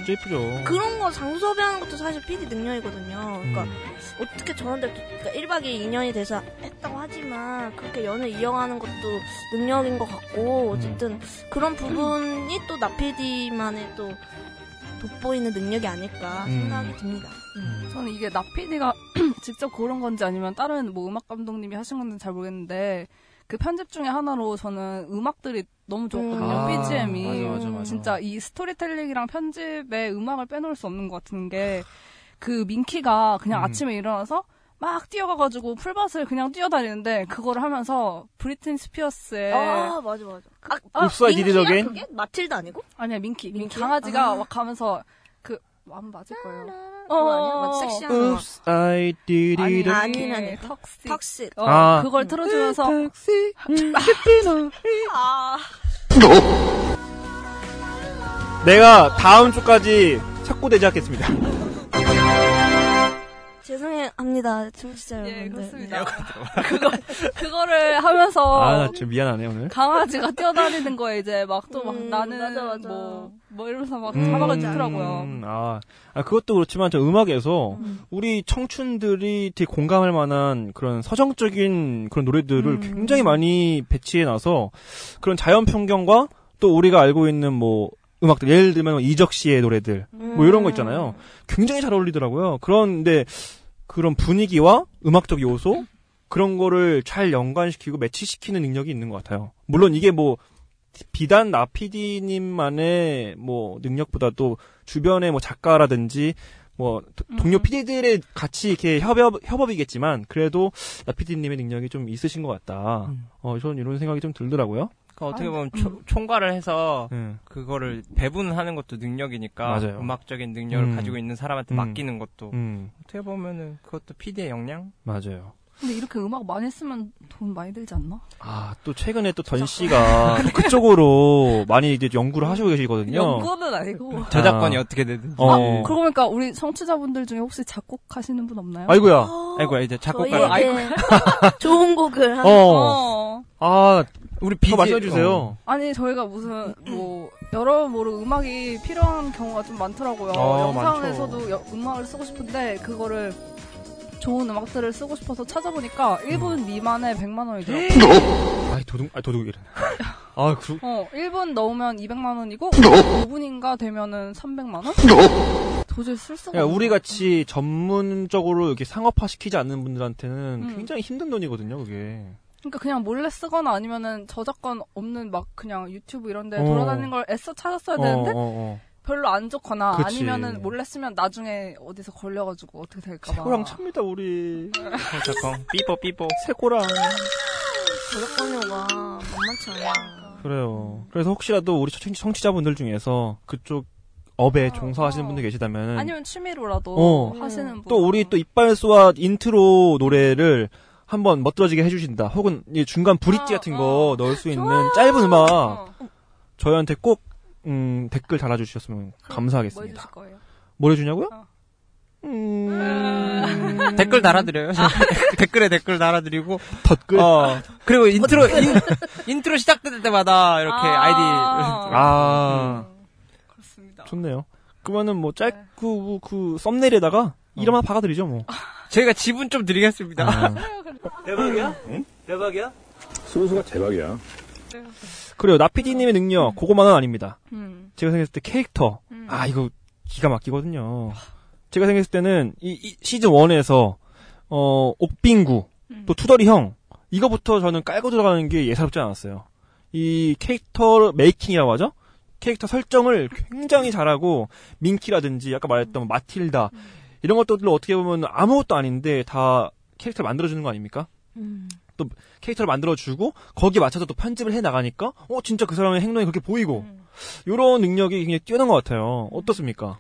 S1: 진짜 예쁘죠
S2: 그런 거 장소 섭외하는 것도 사실 PD 능력이거든요. 그러니까
S1: 음.
S2: 어떻게 저런데 그러니까 1박 2일 인연이 돼서 했다고 하지만 그렇게 연을 이어가는 것도 능력인 것 같고
S1: 음.
S2: 어쨌든 그런 부분이 또 나피디만의 또 돋보이는 능력이 아닐까
S1: 음.
S2: 생각이 듭니다.
S9: 저는 이게 나피디가 (clears throat) 직접 고른 건지 아니면 다른 뭐 음악 감독님이 하신 건지 잘 모르겠는데 그 편집 중에 하나로 저는 음악들이 너무 좋았거든요.
S2: 음.
S9: BGM이
S1: 아, 맞아, 맞아, 맞아.
S9: 진짜 이 스토리텔링이랑 편집에 음악을 빼놓을 수 없는 것 같은 게 그 민키가 그냥
S1: 음.
S9: 아침에 일어나서 막 뛰어가가지고 풀밭을 그냥 뛰어다니는데 그거를 하면서 브리튼 스피어스의
S2: 아 맞아 맞아.
S9: 그
S2: 아,
S1: 아, Upside
S2: 민키야,
S1: Did It Again?
S2: 그게 마틸다 아니고?
S9: 아니야 민키 민키
S2: 민키?
S9: 강아지가
S2: 아.
S9: 막 가면서 그 아마 맞을 거예요.
S2: 그거 아니야? 맞아 섹시한 거.
S1: Oops I did it
S2: 아니, 아니라니까.
S9: 턱스
S2: 턱스.
S9: 어,
S1: 아.
S9: 그걸 틀어주면서
S2: 아
S1: 내가 다음 주까지 착고되지 않겠습니다
S2: 죄송합니다 청취자 여러분들.
S9: 예,
S2: 네.
S9: 그렇습니다. 그거 그거를 하면서
S1: 아, 나 진짜 미안하네, 오늘.
S9: 강아지가 뛰어다니는 거에 이제 막 또 막
S2: 음,
S9: 나는
S2: 맞아, 맞아.
S9: 뭐, 뭐 이러면서 막 자막을 주더라고요.
S1: 음, 아, 아, 그것도 그렇지만 저 음악에서 우리 청춘들이 되게 공감할 만한 그런 서정적인 그런 노래들을
S9: 음.
S1: 굉장히 많이 배치해 놔서 그런 자연 풍경과 또 우리가 알고 있는 뭐 음악들, 예를 들면 뭐 이적 씨의 노래들, 뭐 이런 거 있잖아요.
S2: 음.
S1: 굉장히 잘 어울리더라고요. 그런데 그런 분위기와 음악적 요소 그런 거를 잘 연관시키고 매치시키는 능력이 있는 것 같아요. 물론 이게 뭐 비단 나피디님만의 뭐 능력보다도 주변의 뭐 작가라든지 뭐 도-
S9: 음.
S1: 동료 피디들의 같이 이렇게 협업 협업이겠지만 그래도 나피디님의 능력이 좀 있으신 것 같다.
S10: 음.
S1: 어 저는 이런 생각이 좀 들더라고요.
S10: 그 어떻게 보면 초- 총괄을 해서
S1: 음.
S10: 그거를 배분하는 것도 능력이니까
S1: 맞아요.
S10: 음악적인 능력을
S1: 음.
S10: 가지고 있는
S1: 음.
S10: 사람한테 맡기는 것도
S1: 음
S10: 어떻게 보면은 그것도 PD의 역량?
S1: 맞아요.
S9: 근데 이렇게 음악 많이 쓰면 돈 많이 들지 않나?
S1: 아 또 최근에 또 던 씨가 또 그쪽으로 많이 이제 연구를 하시고 계시거든요.
S9: 연구는 아니고.
S10: 저작권이
S1: 아.
S10: 어떻게 되든
S1: 어.
S9: 그러고 보니까 우리 청취자분들 중에 혹시 작곡하시는 분 없나요?
S1: 아이고야.
S2: 어,
S10: 아이고 이제 작곡가
S2: 저희에게 좋은 곡을 하나
S1: 어.
S9: 어.
S1: 아,
S10: 우리
S1: 더
S10: BG
S1: 말씀해 주세요.
S10: 어.
S9: 아니 저희가 무슨 뭐 여러모로 음악이 필요한 경우가 좀 많더라고요.
S1: 어,
S9: 영상에서도 여- 음악을 쓰고 싶은데 그거를 좋은 음악들을 쓰고 싶어서 찾아보니까
S1: 음.
S9: 1분 미만에 100만
S1: 어.
S9: 원이더라고요.
S1: 아이 도둑, 아 도둑 이래. (laughs) 아, 그
S9: 어, 1분 넣으면 200만 원이고
S1: 어.
S9: 5분인가 되면은 300만 원? 도저히 쓸 수가
S1: 야,
S9: 없는
S1: 어. 우리
S9: 것
S1: 같이 전문적으로 이렇게 상업화 시키지 않는 분들한테는
S9: 음.
S1: 굉장히 힘든 돈이거든요, 그게.
S9: 같아요. 그러니까 그냥 몰래 쓰거나 아니면은 저작권 없는 막 그냥 유튜브 이런 데
S1: 어.
S9: 돌아다니는 걸 애써 찾았어야 네, 되는데
S1: 어, 어, 어.
S9: 별로 안 좋거나
S1: 그치.
S9: 아니면은 몰래 쓰면 나중에 어디서 걸려가지고 어떻게 될까 봐.
S1: 세고랑 찹니다, 우리.
S10: (laughs) 저작권 삐뽀 삐뽀
S1: 세고랑.
S2: 저작권료가 만만치 않아.
S1: 그래요. 그래서 혹시라도 우리 청취, 청취자분들 중에서 그쪽 업에
S9: 어,
S1: 종사하시는
S9: 어.
S1: 분들 계시다면
S9: 아니면 취미로라도
S1: 음. 어.
S9: 하시는 분.
S1: 또 우리 또 이빨소와 인트로 노래를 한번 멋들어지게 해주신다. 혹은 이 중간 브릿지
S9: 어,
S1: 같은
S9: 어.
S1: 거 넣을 수 있는 짧은 음악
S9: 어,
S1: 저희한테 꼭 음, 댓글 달아주셨으면
S9: 뭐
S1: 감사하겠습니다.
S9: 해주실 거예요?
S1: 뭘 해주냐고요?
S9: 어.
S1: 음... (laughs)
S10: 댓글 달아드려요. (laughs) 댓글에 댓글 달아드리고
S1: 댓글.
S10: 어, 그리고 인트로 인, 트로 시작될 때마다 이렇게
S9: 아.
S10: 아~ 이디
S1: 아
S9: 그렇습니다.
S1: 좋네요. 그러면은 뭐 짧고 그 썸네일에다가 이름 하나 박아드리죠 뭐.
S10: 저희가 지분 좀 드리겠습니다.
S4: 대박이야? 대박이야?
S6: 수수가 대박이야.
S1: 그래요. 나피디님의 능력 그거만은 아닙니다.
S9: 음.
S1: 제가 생각했을 때 캐릭터
S9: 음.
S1: 아 이거 기가 막히거든요. 제가 생각했을 때는 이, 이 시즌 1에서 어 옥빙구
S9: 음.
S1: 또 투덜이 형 이거부터 저는 깔고 들어가는 게 예사롭지 않았어요. 이 캐릭터 메이킹이라고 하죠. 캐릭터 설정을 굉장히 잘하고 민키라든지 아까 말했던 마틸다
S9: 음.
S1: 이런 것들로 어떻게 보면 아무것도 아닌데 다 캐릭터를 만들어주는 거 아닙니까?
S2: 음.
S1: 또 캐릭터를 만들어주고 거기에 맞춰서 또 편집을 해 나가니까 어 진짜 그 사람의 행동이 그렇게 보이고
S9: 음.
S1: 이런 능력이 굉장히 뛰어난 것 같아요. 어떻습니까?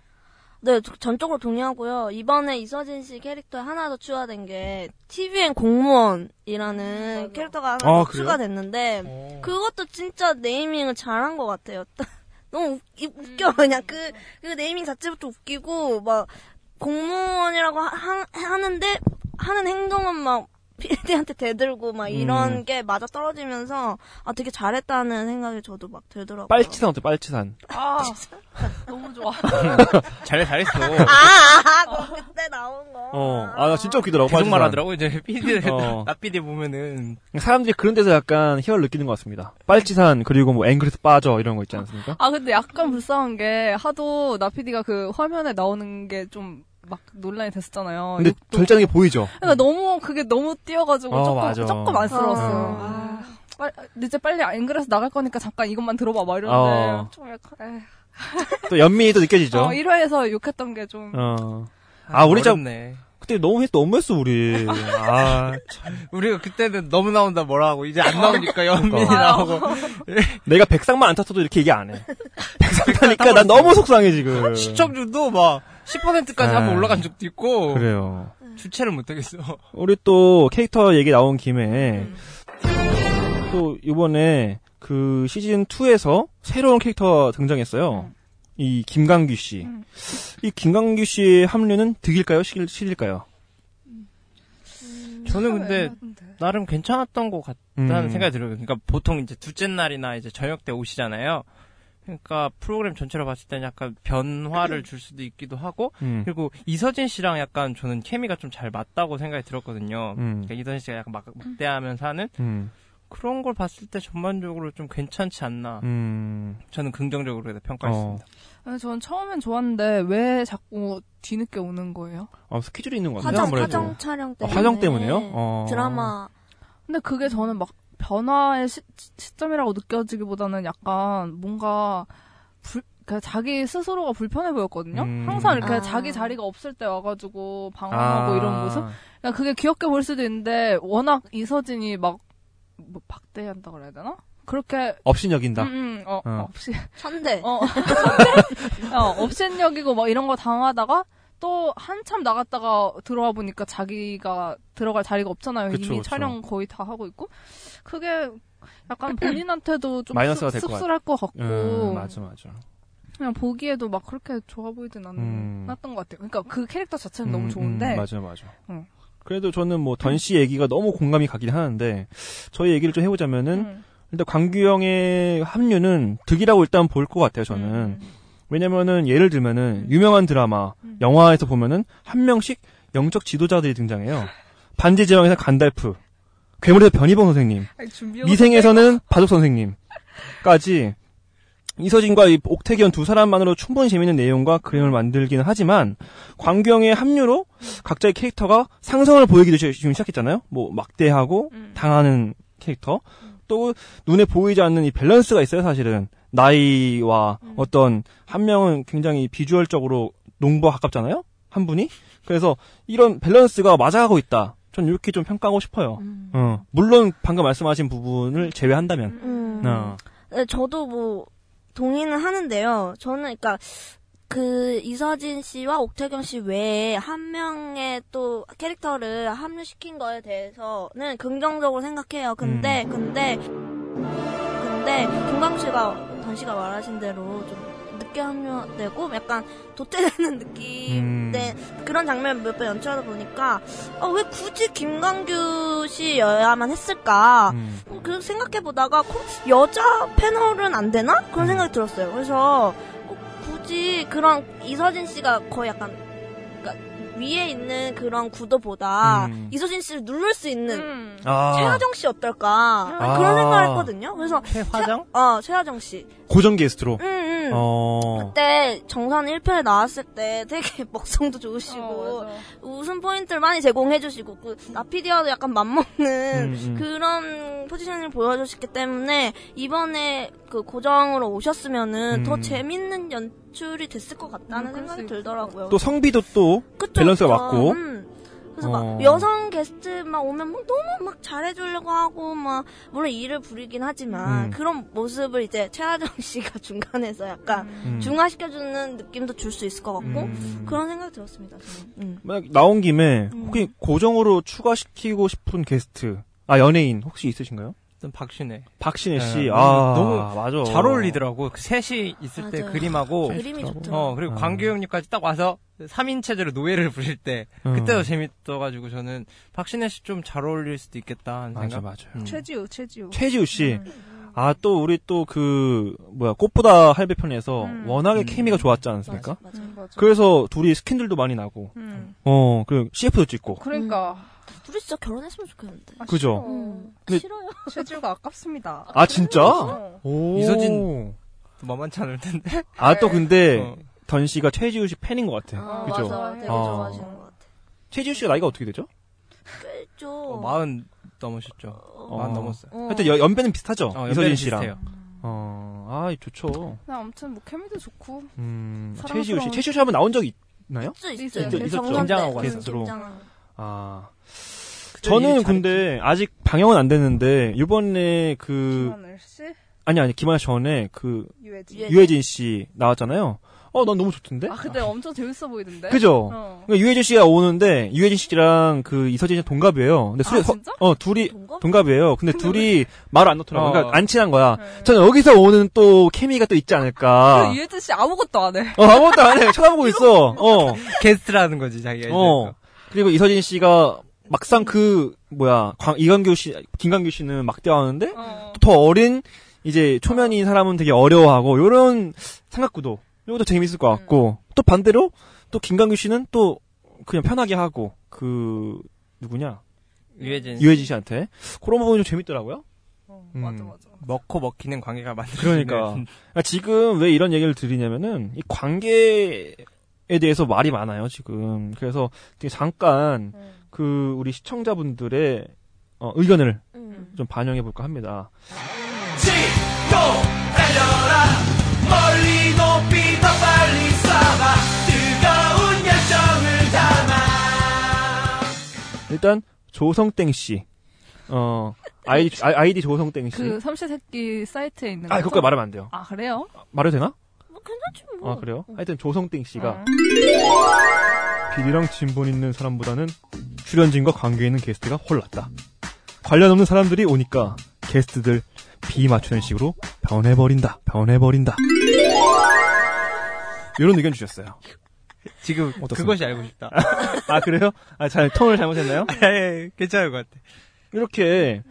S2: 네, 저- 전적으로 동의하고요. 이번에 이서진 씨 캐릭터에 하나 더 추가된 게 TVN 공무원이라는
S9: 음, 맞아.
S2: 캐릭터가 하나
S1: 아, 그래요?
S2: 더
S1: 어.
S2: 추가됐는데 그것도 진짜 네이밍을 잘한 것 같아요. (laughs) 너무 웃, 웃겨
S9: 음,
S2: 그냥 그, 그 네이밍 자체부터 웃기고 막 공무원이라고 하, 는데 하는 행동은 막 (laughs) PD한테 대들고 막 이런
S1: 음.
S2: 게 맞아 떨어지면서 아 되게 잘했다는 생각이 저도 막 들더라고요.
S1: 빨치산 어때? 빨치산.
S9: 아, 너무 좋아.
S10: 잘해 잘했어. (laughs)
S2: 아, 아, 아, 그거 그때 나온 거.
S1: 어, 아 나 진짜 웃기더라고.
S10: 계속
S1: 빨치산.
S10: 말하더라고 (laughs) 이제
S1: (laughs)
S10: PD
S1: 어.
S10: 나 PD 보면은
S1: 사람들이 그런 데서 약간 희열 느끼는 것 같습니다. 빨치산 그리고 뭐 앵그리스 빠져 이런 거 있지 않습니까?
S9: 아, 근데 약간 불쌍한 게 하도 나피디가 그 화면에 나오는 게 좀 막 논란이 됐었잖아요.
S1: 근데
S9: 욕도
S1: 절단하게 어, 보이죠.
S9: 그러니까 너무 그게 너무 뛰어가지고
S1: 어,
S9: 조금
S1: 맞아.
S9: 조금 안쓰러웠어요.
S2: 어.
S9: 아, 빨리, 이제 빨리 안 그래서 나갈 거니까 잠깐 이것만 들어봐 막 이러는데
S1: 어.
S9: 좀 약간 에휴.
S1: 또 연민이 또 느껴지죠.
S9: 어, 1화에서 욕했던 게 좀
S1: 어. 아, 우리 참-
S10: 네
S1: 그때 너무 했 너무 했어 우리. 아
S10: 우리가 그때는 너무 나온다 뭐라 하고 이제 안 나오니까 연민이
S1: 그러니까.
S10: 나오고
S1: 내가 백상만 안 탔어도 이렇게 얘기 안 해. (laughs) 백상 타니까 난 너무 속상해 (laughs) 지금.
S10: 시청률도 막 10%까지
S1: 네.
S10: 한번 올라간 적도 있고
S1: 그래요.
S10: 주체를 못하겠어.
S1: 우리 또 캐릭터 얘기 나온 김에 또 이번에 그 시즌 2에서 새로운 캐릭터 등장했어요. 이 김강규 씨.
S9: 음.
S1: 이 김강규 씨의 합류는 득일까요? 실, 실일까요?
S10: 저는 근데 나름 괜찮았던 것 같.
S1: 음.
S10: 라는 생각이 들어요. 그러니까 보통 이제 둘째 날이나 이제 저녁 때 오시잖아요. 그러니까 프로그램 전체로 봤을 때는 약간 변화를 줄 수도 있기도 하고
S1: 음.
S10: 그리고 이서진 씨랑 약간 저는 케미가 좀 잘 맞다고 생각이 들었거든요.
S1: 음.
S10: 그러니까 이서진 씨가 약간 막, 막대하면서 하는
S1: 음.
S10: 그런 걸 봤을 때 전반적으로 좀 괜찮지 않나.
S1: 음.
S10: 저는 긍정적으로 그래도
S1: 어.
S10: 평가했습니다.
S9: 아니, 저는 처음엔 좋았는데 왜 자꾸 뒤늦게 오는 거예요?
S1: 아, 스케줄이 있는 것 같아요.
S2: 화장
S1: 아무래도.
S2: 화장 촬영
S1: 아,
S2: 때문에
S1: 화장 때문에요? 어.
S2: 드라마
S9: 근데 그게 저는 막 변화의 시, 점이라고 느껴지기보다는 약간 뭔가 불, 그러니까 자기 스스로가 불편해 보였거든요.
S1: 음.
S9: 항상 이렇게
S2: 아.
S9: 자기 자리가 없을 때 와가지고
S1: 아.
S9: 방황하고 뭐 이런 모습. 그러니까 그게 귀엽게 보일 수도 있는데 워낙 이서진이 막뭐 박대한다 그래야 되나? 그렇게
S1: 업신여긴다.
S9: 음, 음, 어,
S1: 어.
S9: 없이
S2: 천대.
S9: (laughs) 어, 어, 업신여기고 막 이런 거 당하다가 또 한참 나갔다가 들어와 보니까 자기가 들어갈 자리가 없잖아요.
S1: 그쵸,
S9: 이미
S1: 그쵸.
S9: 촬영 거의 다 하고 있고. 그게 약간 본인한테도 좀
S1: 마이너스가
S9: 씁-
S1: 될것 같-
S9: 씁쓸할 것 같고.
S1: 음, 맞아, 맞아.
S9: 그냥 보기에도 막 그렇게 좋아 보이진 않았던
S1: 음.
S9: 것 같아요. 그러니까 그 캐릭터 자체는
S1: 음,
S9: 너무 좋은데. 음.
S1: 음, 맞아, 맞아.
S9: 응.
S1: 그래도 저는 뭐, 던 씨 얘기가 너무 공감이 가긴 하는데, 저희 얘기를 좀 해보자면은,
S9: 음,
S1: 일단 광규형의 합류는 득이라고 일단 볼 것 같아요 저는
S9: 음.
S1: 왜냐면은 예를 들면은
S9: 음.
S1: 유명한 드라마
S9: 음.
S1: 영화에서 보면은 한 명씩 영적 지도자들이 등장해요 반지 제왕에서 간달프 괴물에서 변희봉 선생님
S9: 아니, 준비하고
S1: 미생에서는 바둑 선생님까지 이서진과 이 옥태견 두 사람만으로 충분히 재밌는 내용과 그림을 만들기는 하지만 광규형의 합류로 각자의 캐릭터가 상성을 보이기도 시- 지금 시작했잖아요 뭐 막대하고
S9: 음.
S1: 당하는 캐릭터 또 눈에 보이지 않는 이 밸런스가 있어요 사실은 나이와 어떤 한 명은 굉장히 비주얼적으로 농부와 가깝잖아요 한 분이 그래서 이런 밸런스가 맞아가고 있다 전 이렇게 좀 평가하고 싶어요
S9: 음.
S1: 어, 물론 방금 말씀하신 부분을 제외한다면
S2: 음.
S1: 어.
S2: 네, 저도 뭐 동의는 하는데요. 저는 그러니까 그 이서진 씨와 옥태경 씨 외에 한 명의 또 캐릭터를 합류시킨 거에 대해서는 긍정적으로 생각해요. 근데 근데 근데 김광 씨가 던 씨가 말하신 대로 좀 늦게 합류되고 약간 도태되는 느낌.
S1: 음.
S2: 의 그런 장면을 몇 번 연출하다 보니까 아, 왜 굳이 김광규 씨여야만 했을까?
S1: 음.
S2: 그 생각해 보다가 여자 패널은 안 되나
S1: 음.
S2: 그런 생각이 들었어요. 그래서 꼭 굳이 그런 이서진 씨가 거의 약간 그러니까 위에 있는 그런 구도보다
S1: 음.
S2: 이서진 씨를 누를 수 있는
S7: 음.
S1: 아.
S2: 최하정 씨 어떨까
S1: 아.
S2: 그런 생각을 했거든요. 그래서
S10: 최화정?
S2: 최, 어 최하정 씨,
S1: 고정 게스트로.
S2: 음, 음.
S1: 어.
S2: 그때 정선 1편에 나왔을 때 되게 (laughs) 먹성도 좋으시고
S9: 어, 맞아.
S2: 웃음 포인트를 많이 제공해주시고 그 나피디와도 약간 맞먹는
S1: 음, 음.
S2: 그런 포지션을 보여주셨기 때문에 이번에 그 고정으로 오셨으면은
S1: 음.
S2: 더 재밌는 연출이 됐을 것 같다는
S9: 음, 그럴 수
S2: 생각이
S9: 있을
S2: 들더라고요.
S1: 또 성비도 또
S2: 그쵸,
S1: 밸런스가
S2: 그쵸.
S1: 맞고.
S2: 음. 그래서
S1: 어.
S2: 막 여성 게스트만 오면 막 너무 막 잘해주려고 하고 막 물론 일을 부리긴 하지만
S1: 음.
S2: 그런 모습을 이제 최하정 (laughs) 씨가 중간에서 약간
S1: 음.
S2: 중화시켜주는 느낌도 줄 수 있을 것 같고
S1: 음.
S2: 그런 생각이 들었습니다. 저는. 음.
S1: 만약 나온 김에
S2: 음.
S1: 혹시 고정으로 추가시키고 싶은 게스트 아 연예인 혹시 있으신가요?
S10: 일단 박신혜.
S1: 박신혜
S10: 네,
S1: 씨.
S10: 너무-
S1: 아
S10: 너무
S1: 맞아.
S10: 잘 어울리더라고. 그 셋이 있을 때
S2: 맞아요.
S10: 그림하고
S2: 그림이 좋더라고요.
S10: 어 그리고
S1: 아.
S10: 광규 형님까지 딱 와서 3인 체제로 노예를 부릴 때
S1: 음.
S10: 그때도 재밌어가지고 저는 박신혜 씨 좀 잘 어울릴 수도 있겠다 하는
S1: 맞아
S10: 생각.
S1: 맞아. 요
S10: 음.
S9: 최지우, 음. 최지우.
S1: 최지우 씨.
S2: 음.
S1: 아 또 우리 또 그 뭐야 꽃보다 할배 편에서
S9: 음.
S1: 워낙에
S10: 음.
S1: 케미가 좋았지 않습니까?
S2: 맞아, 맞아.
S9: 음, 맞아.
S1: 그래서 둘이 스캔들도 많이 나고
S9: 음.
S1: 어, 그 CF도 찍고.
S9: 그러니까.
S2: 둘이 진짜 결혼했으면 좋겠는데.
S9: 아,
S1: 그죠?
S2: 음.
S1: 근데-
S2: 싫어요.
S9: 싫어. 최지우가 아깝습니다.
S1: 아, 진짜?
S9: 어.
S1: 오.
S10: 이서진. 또 만만치 않을 텐데.
S1: 아, 또 근데
S10: 어.
S1: 던 씨가 최지우 씨 팬인 것 같아.
S2: 아,
S1: 그죠?
S2: 맞아. 되게
S1: 아.
S2: 좋아하시는 것 같아.
S1: 최지우 씨가 나이가 어떻게 되죠?
S2: 꽤죠
S10: 어, 마흔 넘으셨죠. 마흔
S1: 어.
S10: 넘었어요.
S2: 어.
S1: 하여튼 여- 연배는 비슷하죠?
S10: 어,
S1: 이서진
S10: 연배는
S1: 씨랑.
S10: 비슷해요.
S1: 어, 아, 좋죠.
S9: 그냥 아무튼 뭐 케미도 좋고.
S1: 음,
S9: 사랑스러운-
S1: 최지우 씨. 최지우 씨 한번 나온 적이 있나요?
S2: 있죠, 있죠.
S9: 있어요.
S1: 있죠, 있었죠.
S10: 긴장하고
S1: 게스트로.
S2: 긴장.
S1: 아.
S10: 그때
S1: 저는
S10: 일 잘했지.
S1: 근데 아직 방영은 안 됐는데, 이번에 그,
S9: 김하늘 씨,
S1: 아니, 아니, 김하나 전에 그,
S9: 유해진.
S2: 유해-
S1: 유해진 씨 나왔잖아요. 어, 난 너무 좋던데?
S9: 예. 아 근데 엄청 재밌어 보이던데.
S1: 그죠?
S9: 어.
S1: 그러니까 유해진 씨가 오는데 유해진 씨랑 그 이서진 씨 동갑이에요. 근데
S9: 아
S1: 둘이
S9: 진짜?
S1: 어, 어, 둘이
S2: 동갑?
S1: 동갑이에요. 근데 둘이 말을 안 놓더라고. 요
S10: 어.
S1: 그러니까 안 친한 거야.
S9: 네.
S1: 저는 여기서 오는 또 케미가 또 있지 않을까.
S9: 근데 그 유해진 씨 아무것도 안 해.
S1: 어, 아무것도 안 해. 쳐다보고 있어. 어.
S10: (laughs) 게스트라는 거지 자기가 이제.
S1: 어. 그리고 이서진 씨가 막상 그 뭐야 광- 이강규 씨, 김강규 씨는 막 대하는데
S9: 어.
S1: 더 어린 이제 초면인 사람은 되게 어려워하고 요런 삼각구도 요것도 재밌을 것 같고 또 반대로 또 김강규 씨는 또 그냥 편하게 하고 그 누구냐
S10: 그 유해진. 씨.
S1: 유해진 씨한테 그런 부분이 좀 재밌더라고요.
S9: 어,
S1: 음.
S9: 맞아 맞아.
S10: 먹고 먹히는 관계가 만들어.
S1: 그러니까. 그러니까 지금 왜 이런 얘기를 드리냐면은 이 관계에 대해서 말이 많아요 지금. 그래서 되게 잠깐
S9: 음.
S1: 그 우리 시청자분들의 어, 의견을
S2: 음.
S1: 좀 반영해 볼까 합니다. 일단 조성땡 씨, 어 아이디 아- 아이디 조성땡 씨.
S9: 그 삼시세끼 사이트에 있는.
S1: 아
S9: 거죠?
S1: 그거 말하면 안 돼요.
S9: 아 그래요?
S1: 말해도 되나?
S2: 뭐 괜찮지 뭐.
S1: 아 그래요? 하여튼 조성땡 씨가
S9: 음.
S1: 비리랑 진본 있는 사람보다는 출연진과 관계 있는 게스트가 훨 낫다. 관련 없는 사람들이 오니까 게스트들 비 맞추는 식으로 변해버린다. 변해버린다. 이런 의견 주셨어요.
S10: (laughs) 지금
S1: 어떻습니까?
S10: 그것이 알고 싶다.
S1: 아 그래요? 아 잘 톤을 잘못했나요?
S10: (laughs) 예, 괜찮을 것 같아.
S1: 이렇게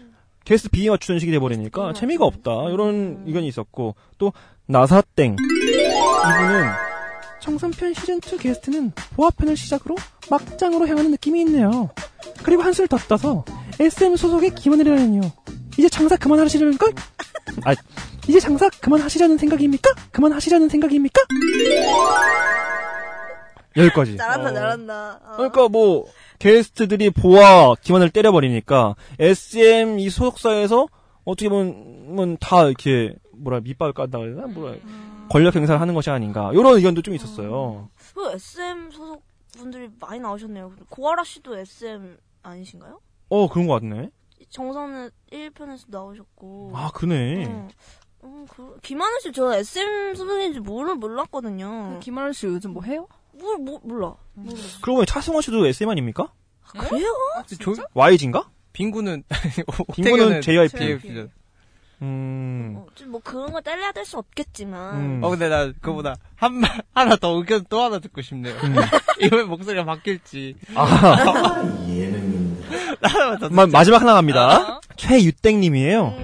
S1: 게스트 B 맞추는 식이 돼버리니까 재미가 없다 이런 의견이 있었고 또 나사땡 이분은 청선편 시즌2 게스트는 보아편을 시작으로 막장으로 향하는 느낌이 있네요 그리고 한술 더 떠서 SM 소속의 김원이라는요 이제 장사 그만하시려는걸? 아 이제 장사 그만하시려는 생각입니까? 그만하시려는 생각입니까? 여기까지
S2: 잘한다, 잘한다. 어.
S1: 그러니까 뭐 게스트들이 보아 기만을 때려버리니까 SM 이 소속사에서 어떻게 보면 다 이렇게 뭐라 밑밥을 깐다 그래야 되나 뭐라 권력 행사를 하는 것이 아닌가 이런 의견도 좀 있었어요.
S2: 그 SM 소속 분들이 많이 나오셨네요. 고아라 씨도 SM 아니신가요?
S1: 어 그런 거 같네.
S2: 정선은 1편에서 나오셨고.
S1: 아 그네.
S2: 응. 음, 그, 김하늘 씨 저 SM 선생님인지 모를 몰랐거든요.
S9: 김하늘 씨 요즘 뭐 해요?
S2: 뭘, 뭐, 몰라.
S1: 그러고 보니 차승원 씨도 SM 아닙니까?
S2: 그래요?
S10: 조,
S1: YG인가?
S10: 빙구는 (laughs)
S1: 빙고는 JYP.
S10: JYP.
S1: 음.
S2: 어, 좀뭐 그런 걸 딸려야 될 수 없겠지만.
S1: 음.
S10: 어 근데 나 그거보다 한 말 하나 더 의견 또 하나 듣고 싶네요.
S1: 음.
S10: (laughs) 이번에 목소리가 바뀔지. 예능인데.
S1: 마, 마지막 하나 갑니다.
S2: 어?
S1: 최유땡님이에요.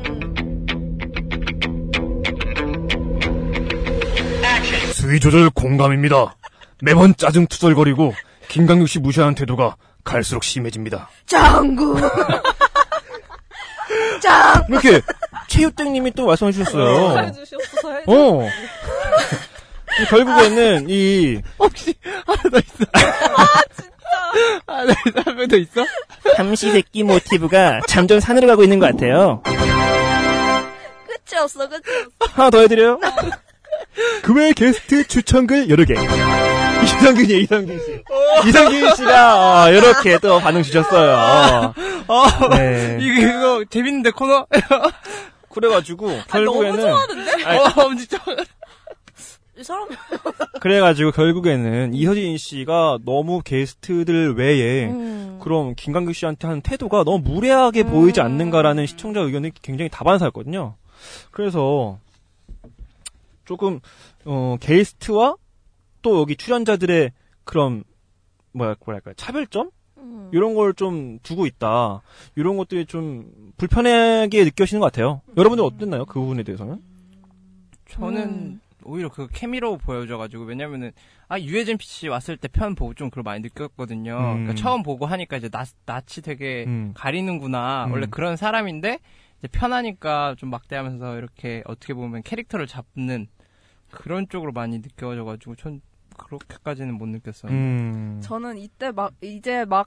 S1: 수위 조절 공감입니다. 매번 짜증 투덜거리고 김강육 씨 무시하는 태도가 갈수록 심해집니다.
S2: 장구! 장! 네,
S1: 이렇게 최유땡님이 또 말씀해 주셨어요.
S9: 주셨어서 네, 해.
S1: 어. 이 결국에는 이
S10: 혹시 하나 더 있어? 아 진짜. 하나 한명더 있어?
S1: 감시 새끼 모티브가 점점 산으로 가고 있는 것 같아요.
S2: 끝이 없어, 끝이 없어.
S1: 하나 더 해드려요. (laughs) 그 외 게스트 추천글 여러 개. 이상균이 이상균 씨. 이상균 씨가 어, 이렇게 또 반응 주셨어요.
S10: 어.
S1: 네.
S10: 이거, 이거 재밌는데 (laughs) 코너?
S1: 그래가지고 결국에는
S10: 어, 진짜.
S2: 이 사람,
S1: 네. 그래가지고 결국에는 이서진 씨가 너무 게스트들 외에
S2: 음.
S1: 그럼 김강규 씨한테 하는 태도가 너무 무례하게 보이지 않는가라는 시청자 의견이 굉장히 다반사였거든요. 그래서 조금 어, 게스트와 또 여기 출연자들의 그런 뭐야 뭐랄까 차별점
S2: 음.
S1: 이런 걸 좀 두고 있다. 이런 것들이 좀 불편하게 느껴지는 것 같아요. 여러분들 어땠나요? 그 부분에 대해서는?
S10: 저는
S1: 음.
S10: 오히려 그 케미로 보여줘가지고 왜냐면은 아 유해진 씨 왔을 때 편 보고 좀 그걸 많이 느꼈거든요.
S1: 음.
S10: 그러니까 처음 보고 하니까 이제 낯 낯이 되게
S1: 음.
S10: 가리는구나.
S1: 음.
S10: 원래 그런 사람인데 이제 편하니까 좀 막대하면서 이렇게 어떻게 보면 캐릭터를 잡는 그런 쪽으로 많이 느껴져가지고 전 그렇게까지는 못 느꼈어요.
S1: 음.
S9: 저는 이때 막 이제 막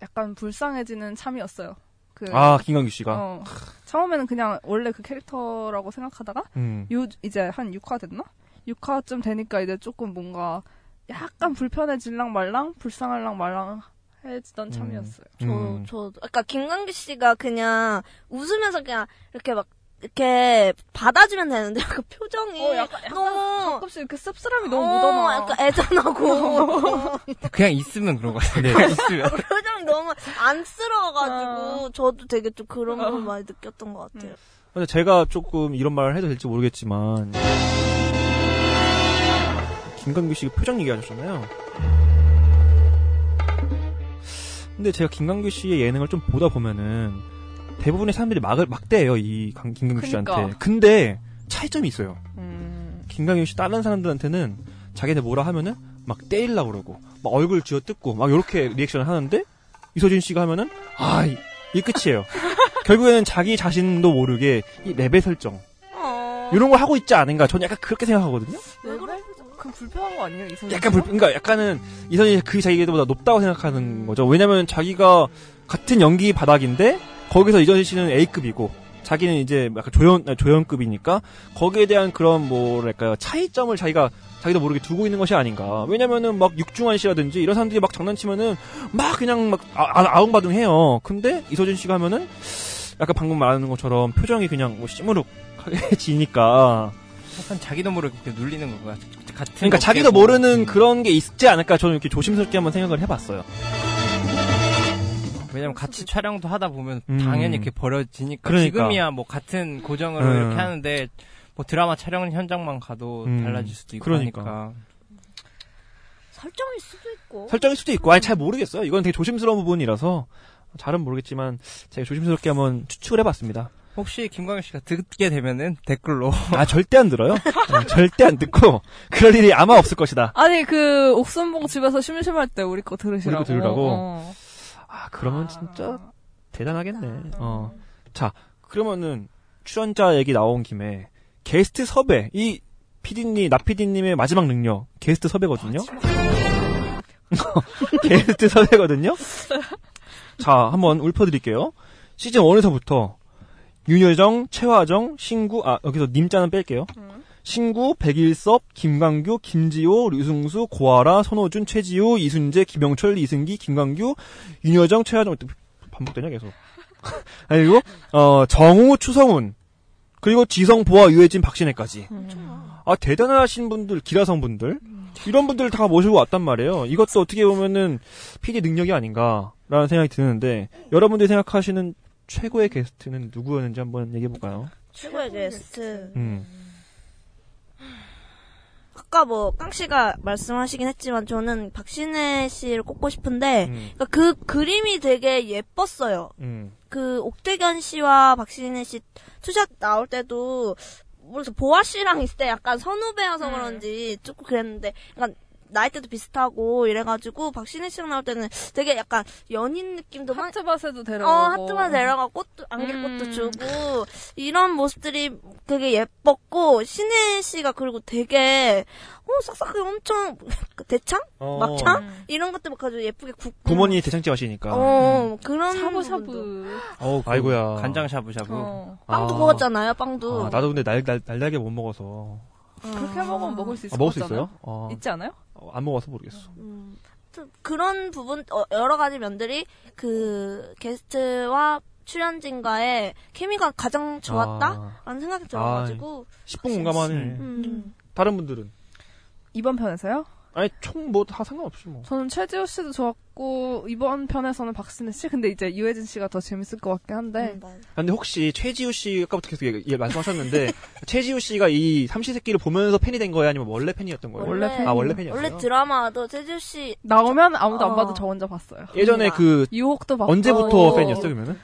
S9: 약간 불쌍해지는 참이었어요. 그
S1: 아 김강규 씨가.
S9: 어, 처음에는 그냥 원래 그 캐릭터라고 생각하다가
S1: 음.
S9: 요 이제 한 6화 됐나? 6화쯤 되니까 이제 조금 뭔가 약간 불편해질랑 말랑 불쌍할랑 말랑 해지던 참이었어요.
S2: 저,
S1: 음.
S2: 저, 아까 김광규 씨가 그냥 웃으면서 그냥 이렇게 막, 이렇게 받아주면 되는데, 그 표정이
S9: 어, 약간- 약간
S2: 너무,
S9: 가끔씩 이렇게 씁쓸함이
S2: 어,
S9: 너무 묻어나.
S2: 약간
S9: (laughs)
S2: 애잔하고.
S10: 그냥 있으면 그런 거 같아요.
S1: 네.
S10: 그냥
S2: (laughs)
S10: 있으면.
S2: 표정이 너무
S9: 아.
S2: 안쓰러워가지고 저도 되게 좀 그런 걸 많이 느꼈던 것
S9: 음.
S2: 같아요.
S1: 근데 제가 조금 이런 말을 해도 될지 모르겠지만 김강규 씨가 그 표정 얘기하셨잖아요. 근데 제가 김강규 씨의 예능을 좀 보다 보면은 대부분의 사람들이 막을 막대해요 이 강- 김강규 씨한테.
S9: 그러니까.
S1: 근데 차이점이 있어요.
S9: 음.
S1: 김강규 씨 다른 사람들한테는 자기네 뭐라 하면은 막 때리려고 그러고 막 얼굴 쥐어뜯고 막 이렇게 리액션을 하는데 이소진 씨가 하면은 아 이 끝이에요. 결국에는 자기 자신도 모르게 이 레벨 설정
S2: 어.
S1: 이런 걸 하고 있지 않은가 저는 약간 그렇게 생각하거든요.
S9: 왜
S2: 그렇죠?
S9: 그래? 그 불편한 거 아니에요, 이선
S1: 약간 불 그러니까 약간은 이선이 그 자기보다 높다고 생각하는 거죠. 왜냐면 자기가 같은 연기 바닥인데 거기서 이선희 씨는 A급이고 자기는 이제 약간 조연 아, 조연급이니까 거기에 대한 그런 뭐랄까요 차이점을 자기가 자기도 모르게 두고 있는 것이 아닌가. 왜냐면은 막 육중환 씨라든지 이런 사람들이 막 장난치면은 막 그냥 막 아, 웅바둥 해요. 근데 이서진 씨가 하면은 약간 방금 말하는 것처럼 표정이 그냥 뭐 (laughs) 시무룩해지니까
S10: 약간 자기도 모르게 이렇게 눌리는 것 음. 같- 같은.
S1: 그러니까 자기도
S10: 어깨고.
S1: 모르는 그런 게 있지 않을까 저는 이렇게 조심스럽게 한번 생각을 해봤어요.
S10: 왜냐면
S9: 그렇죠.
S10: 같이 촬영도 하다 보면
S1: 음.
S10: 당연히 이렇게 버려지니까
S1: 그러니까.
S10: 지금이야 뭐 같은 고정으로
S1: 음.
S10: 이렇게 하는데 뭐 드라마 촬영 현장만 가도
S1: 음.
S10: 달라질 수도 있고
S1: 그러니까.
S10: 하니까
S2: 설정일 수도 있고.
S1: 설정일 수도 있고 아니 잘 모르겠어요. 이건 되게 조심스러운 부분이라서 잘은 모르겠지만 제가 조심스럽게 한번 추측을 해봤습니다.
S10: 혹시 김광현 씨가 듣게 되면은 댓글로
S1: 아 절대 안 들어요. 네, 절대 안 듣고 (laughs) 그럴 일이 아마 없을 것이다.
S9: 아니 그 옥순봉 집에서 심심할 때 우리 거 들으시라고.
S1: 우리 거 들으라고?
S9: 어.
S1: 아 그러면 진짜 대단하겠네. 어. 자 그러면은 출연자 얘기 나온 김에 게스트 섭외 이 피디님 나 피디님의 마지막 능력 게스트 섭외거든요. 아, (laughs) 게스트 섭외거든요. 자 한번 울퍼드릴게요. 시즌 1에서부터 윤여정, 최화정, 신구 아 여기서 님자는 뺄게요. 신구, 백일섭, 김강규, 김지호, 류승수, 고아라, 손호준, 최지우, 이순재, 김영철, 이승기, 김강규, 윤여정, (laughs) 최하정 반복되냐 계속. 그리고 어 정우, 추성훈 그리고 지성, 보아, 유해진, 박신혜까지.
S2: 음.
S9: 그렇죠?
S2: 엄청
S1: 아, 대단하신 분들, 기라성 분들. 이런 분들 다 모시고 왔단 말이에요. 이것도 어떻게 보면은 PD 능력이 아닌가라는 생각이 드는데, 여러분들이 생각하시는 최고의 게스트는 누구였는지 한번 얘기해볼까요?
S2: 최고의 게스트.
S1: 음.
S2: 아까 뭐 깡씨가 말씀하시긴 했지만 저는 박신혜 씨를 꼽고 싶은데
S1: 음.
S2: 그러니까 그 그림이 되게 예뻤어요.
S1: 음.
S2: 그 옥대견 씨와 박신혜 씨 투샷 나올 때도 그래서 보아 씨랑 있을 때 약간 선후배여서
S9: 음.
S2: 그런지 조금 그랬는데 약간 나이대도 비슷하고 이래가지고 박신혜 씨랑 나올 때는 되게 약간 연인 느낌도 많이
S9: 하트밭에도 데려가고.
S2: 어 하트만 내려가 꽃도 안개꽃도
S9: 음.
S2: 주고 이런 모습들이 되게 예뻤고 신혜 씨가 그리고 되게 어 싹싹하게 엄청 (laughs) 그 대창
S1: 어,
S2: 막창
S9: 음.
S2: 이런 것들 막 가지고 예쁘게 굽고
S1: 부모님이 대장집 하시니까.
S2: 어 그런 부분도.
S9: 음, 샤브샤브.
S1: 어우, 아이고야.
S10: (laughs) 간장 샤브샤브.
S9: 어.
S2: 빵도
S1: 아.
S2: 먹었잖아요 빵도
S1: 아, 나도 근데 날, 날, 날달게 못 먹어서.
S9: 그렇게 먹으면 먹을 수 있을
S1: 아,
S9: 것
S1: 먹을 수
S9: 같잖아요.
S1: 있어요? 어,
S9: 있지 않아요?
S1: 어, 안 먹어서 모르겠어.
S2: 음, 좀 그런 부분 어, 여러 가지 면들이 그 게스트와 출연진과의 케미가 가장 좋았다라는
S1: 아, 예.
S2: 생각이 들어가지고
S1: 10분 공감하네.
S2: 음.
S1: 다른 분들은?
S9: 이번 편에서요?
S1: 아니, 총 뭐 다 상관없이 뭐.
S9: 저는 최지호 씨도 좋았고 이번 편에서는 박신혜 씨, 근데 이제 유해진 씨가 더 재밌을 것 같긴
S2: 네.
S9: 한데.
S1: 아, 근데 혹시 최지우 씨 아까부터 계속 얘기, 얘 말씀하셨는데 (laughs) 최지우 씨가 이 삼시세끼를 보면서 팬이 된 거예요, 아니면 원래 팬이었던 거예요?
S9: 원래 팬.
S1: 아 원래 팬이었어요.
S2: 원래 드라마도 세주 씨
S9: 나오면 아무도
S2: 어.
S9: 안 봐도 저 혼자 봤어요.
S1: 예전에 그
S9: 유혹도 봤고.
S1: 언제부터 팬이었어 그러면은?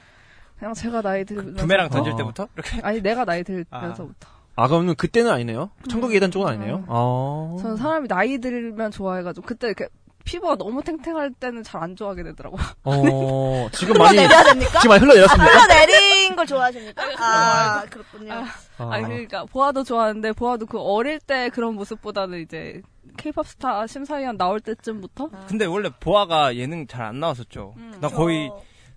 S9: 그냥 제가 나이 들면서
S10: 부메랑 던질
S1: 어.
S10: 때부터? 이렇게.
S9: 아니 내가 나이 들면서부터.
S1: 아 그러면 그때는 아니네요. 천국의 계단 쪽은 아니네요. 아.
S9: 저는 사람이 나이 들면 좋아해가지고 그때 이렇게 피부가 너무 탱탱할 때는 잘 안 좋아하게 되더라고. 요
S1: 어 지금 많이 (laughs)
S2: 흘러내려야 됩니까?
S1: 지금 많이 흘러내렸습니까?
S2: 흘러내린
S1: (laughs)
S2: 걸 좋아하십니까? 아 그렇군요.
S1: 아,
S9: (laughs) 아니 그러니까 보아도 좋아하는데 보아도 그 어릴 때 그런 모습보다는 이제 케이팝 스타 심사위원 나올 때쯤부터
S10: 근데 원래 보아가 예능 잘 안 나왔었죠. 나 거의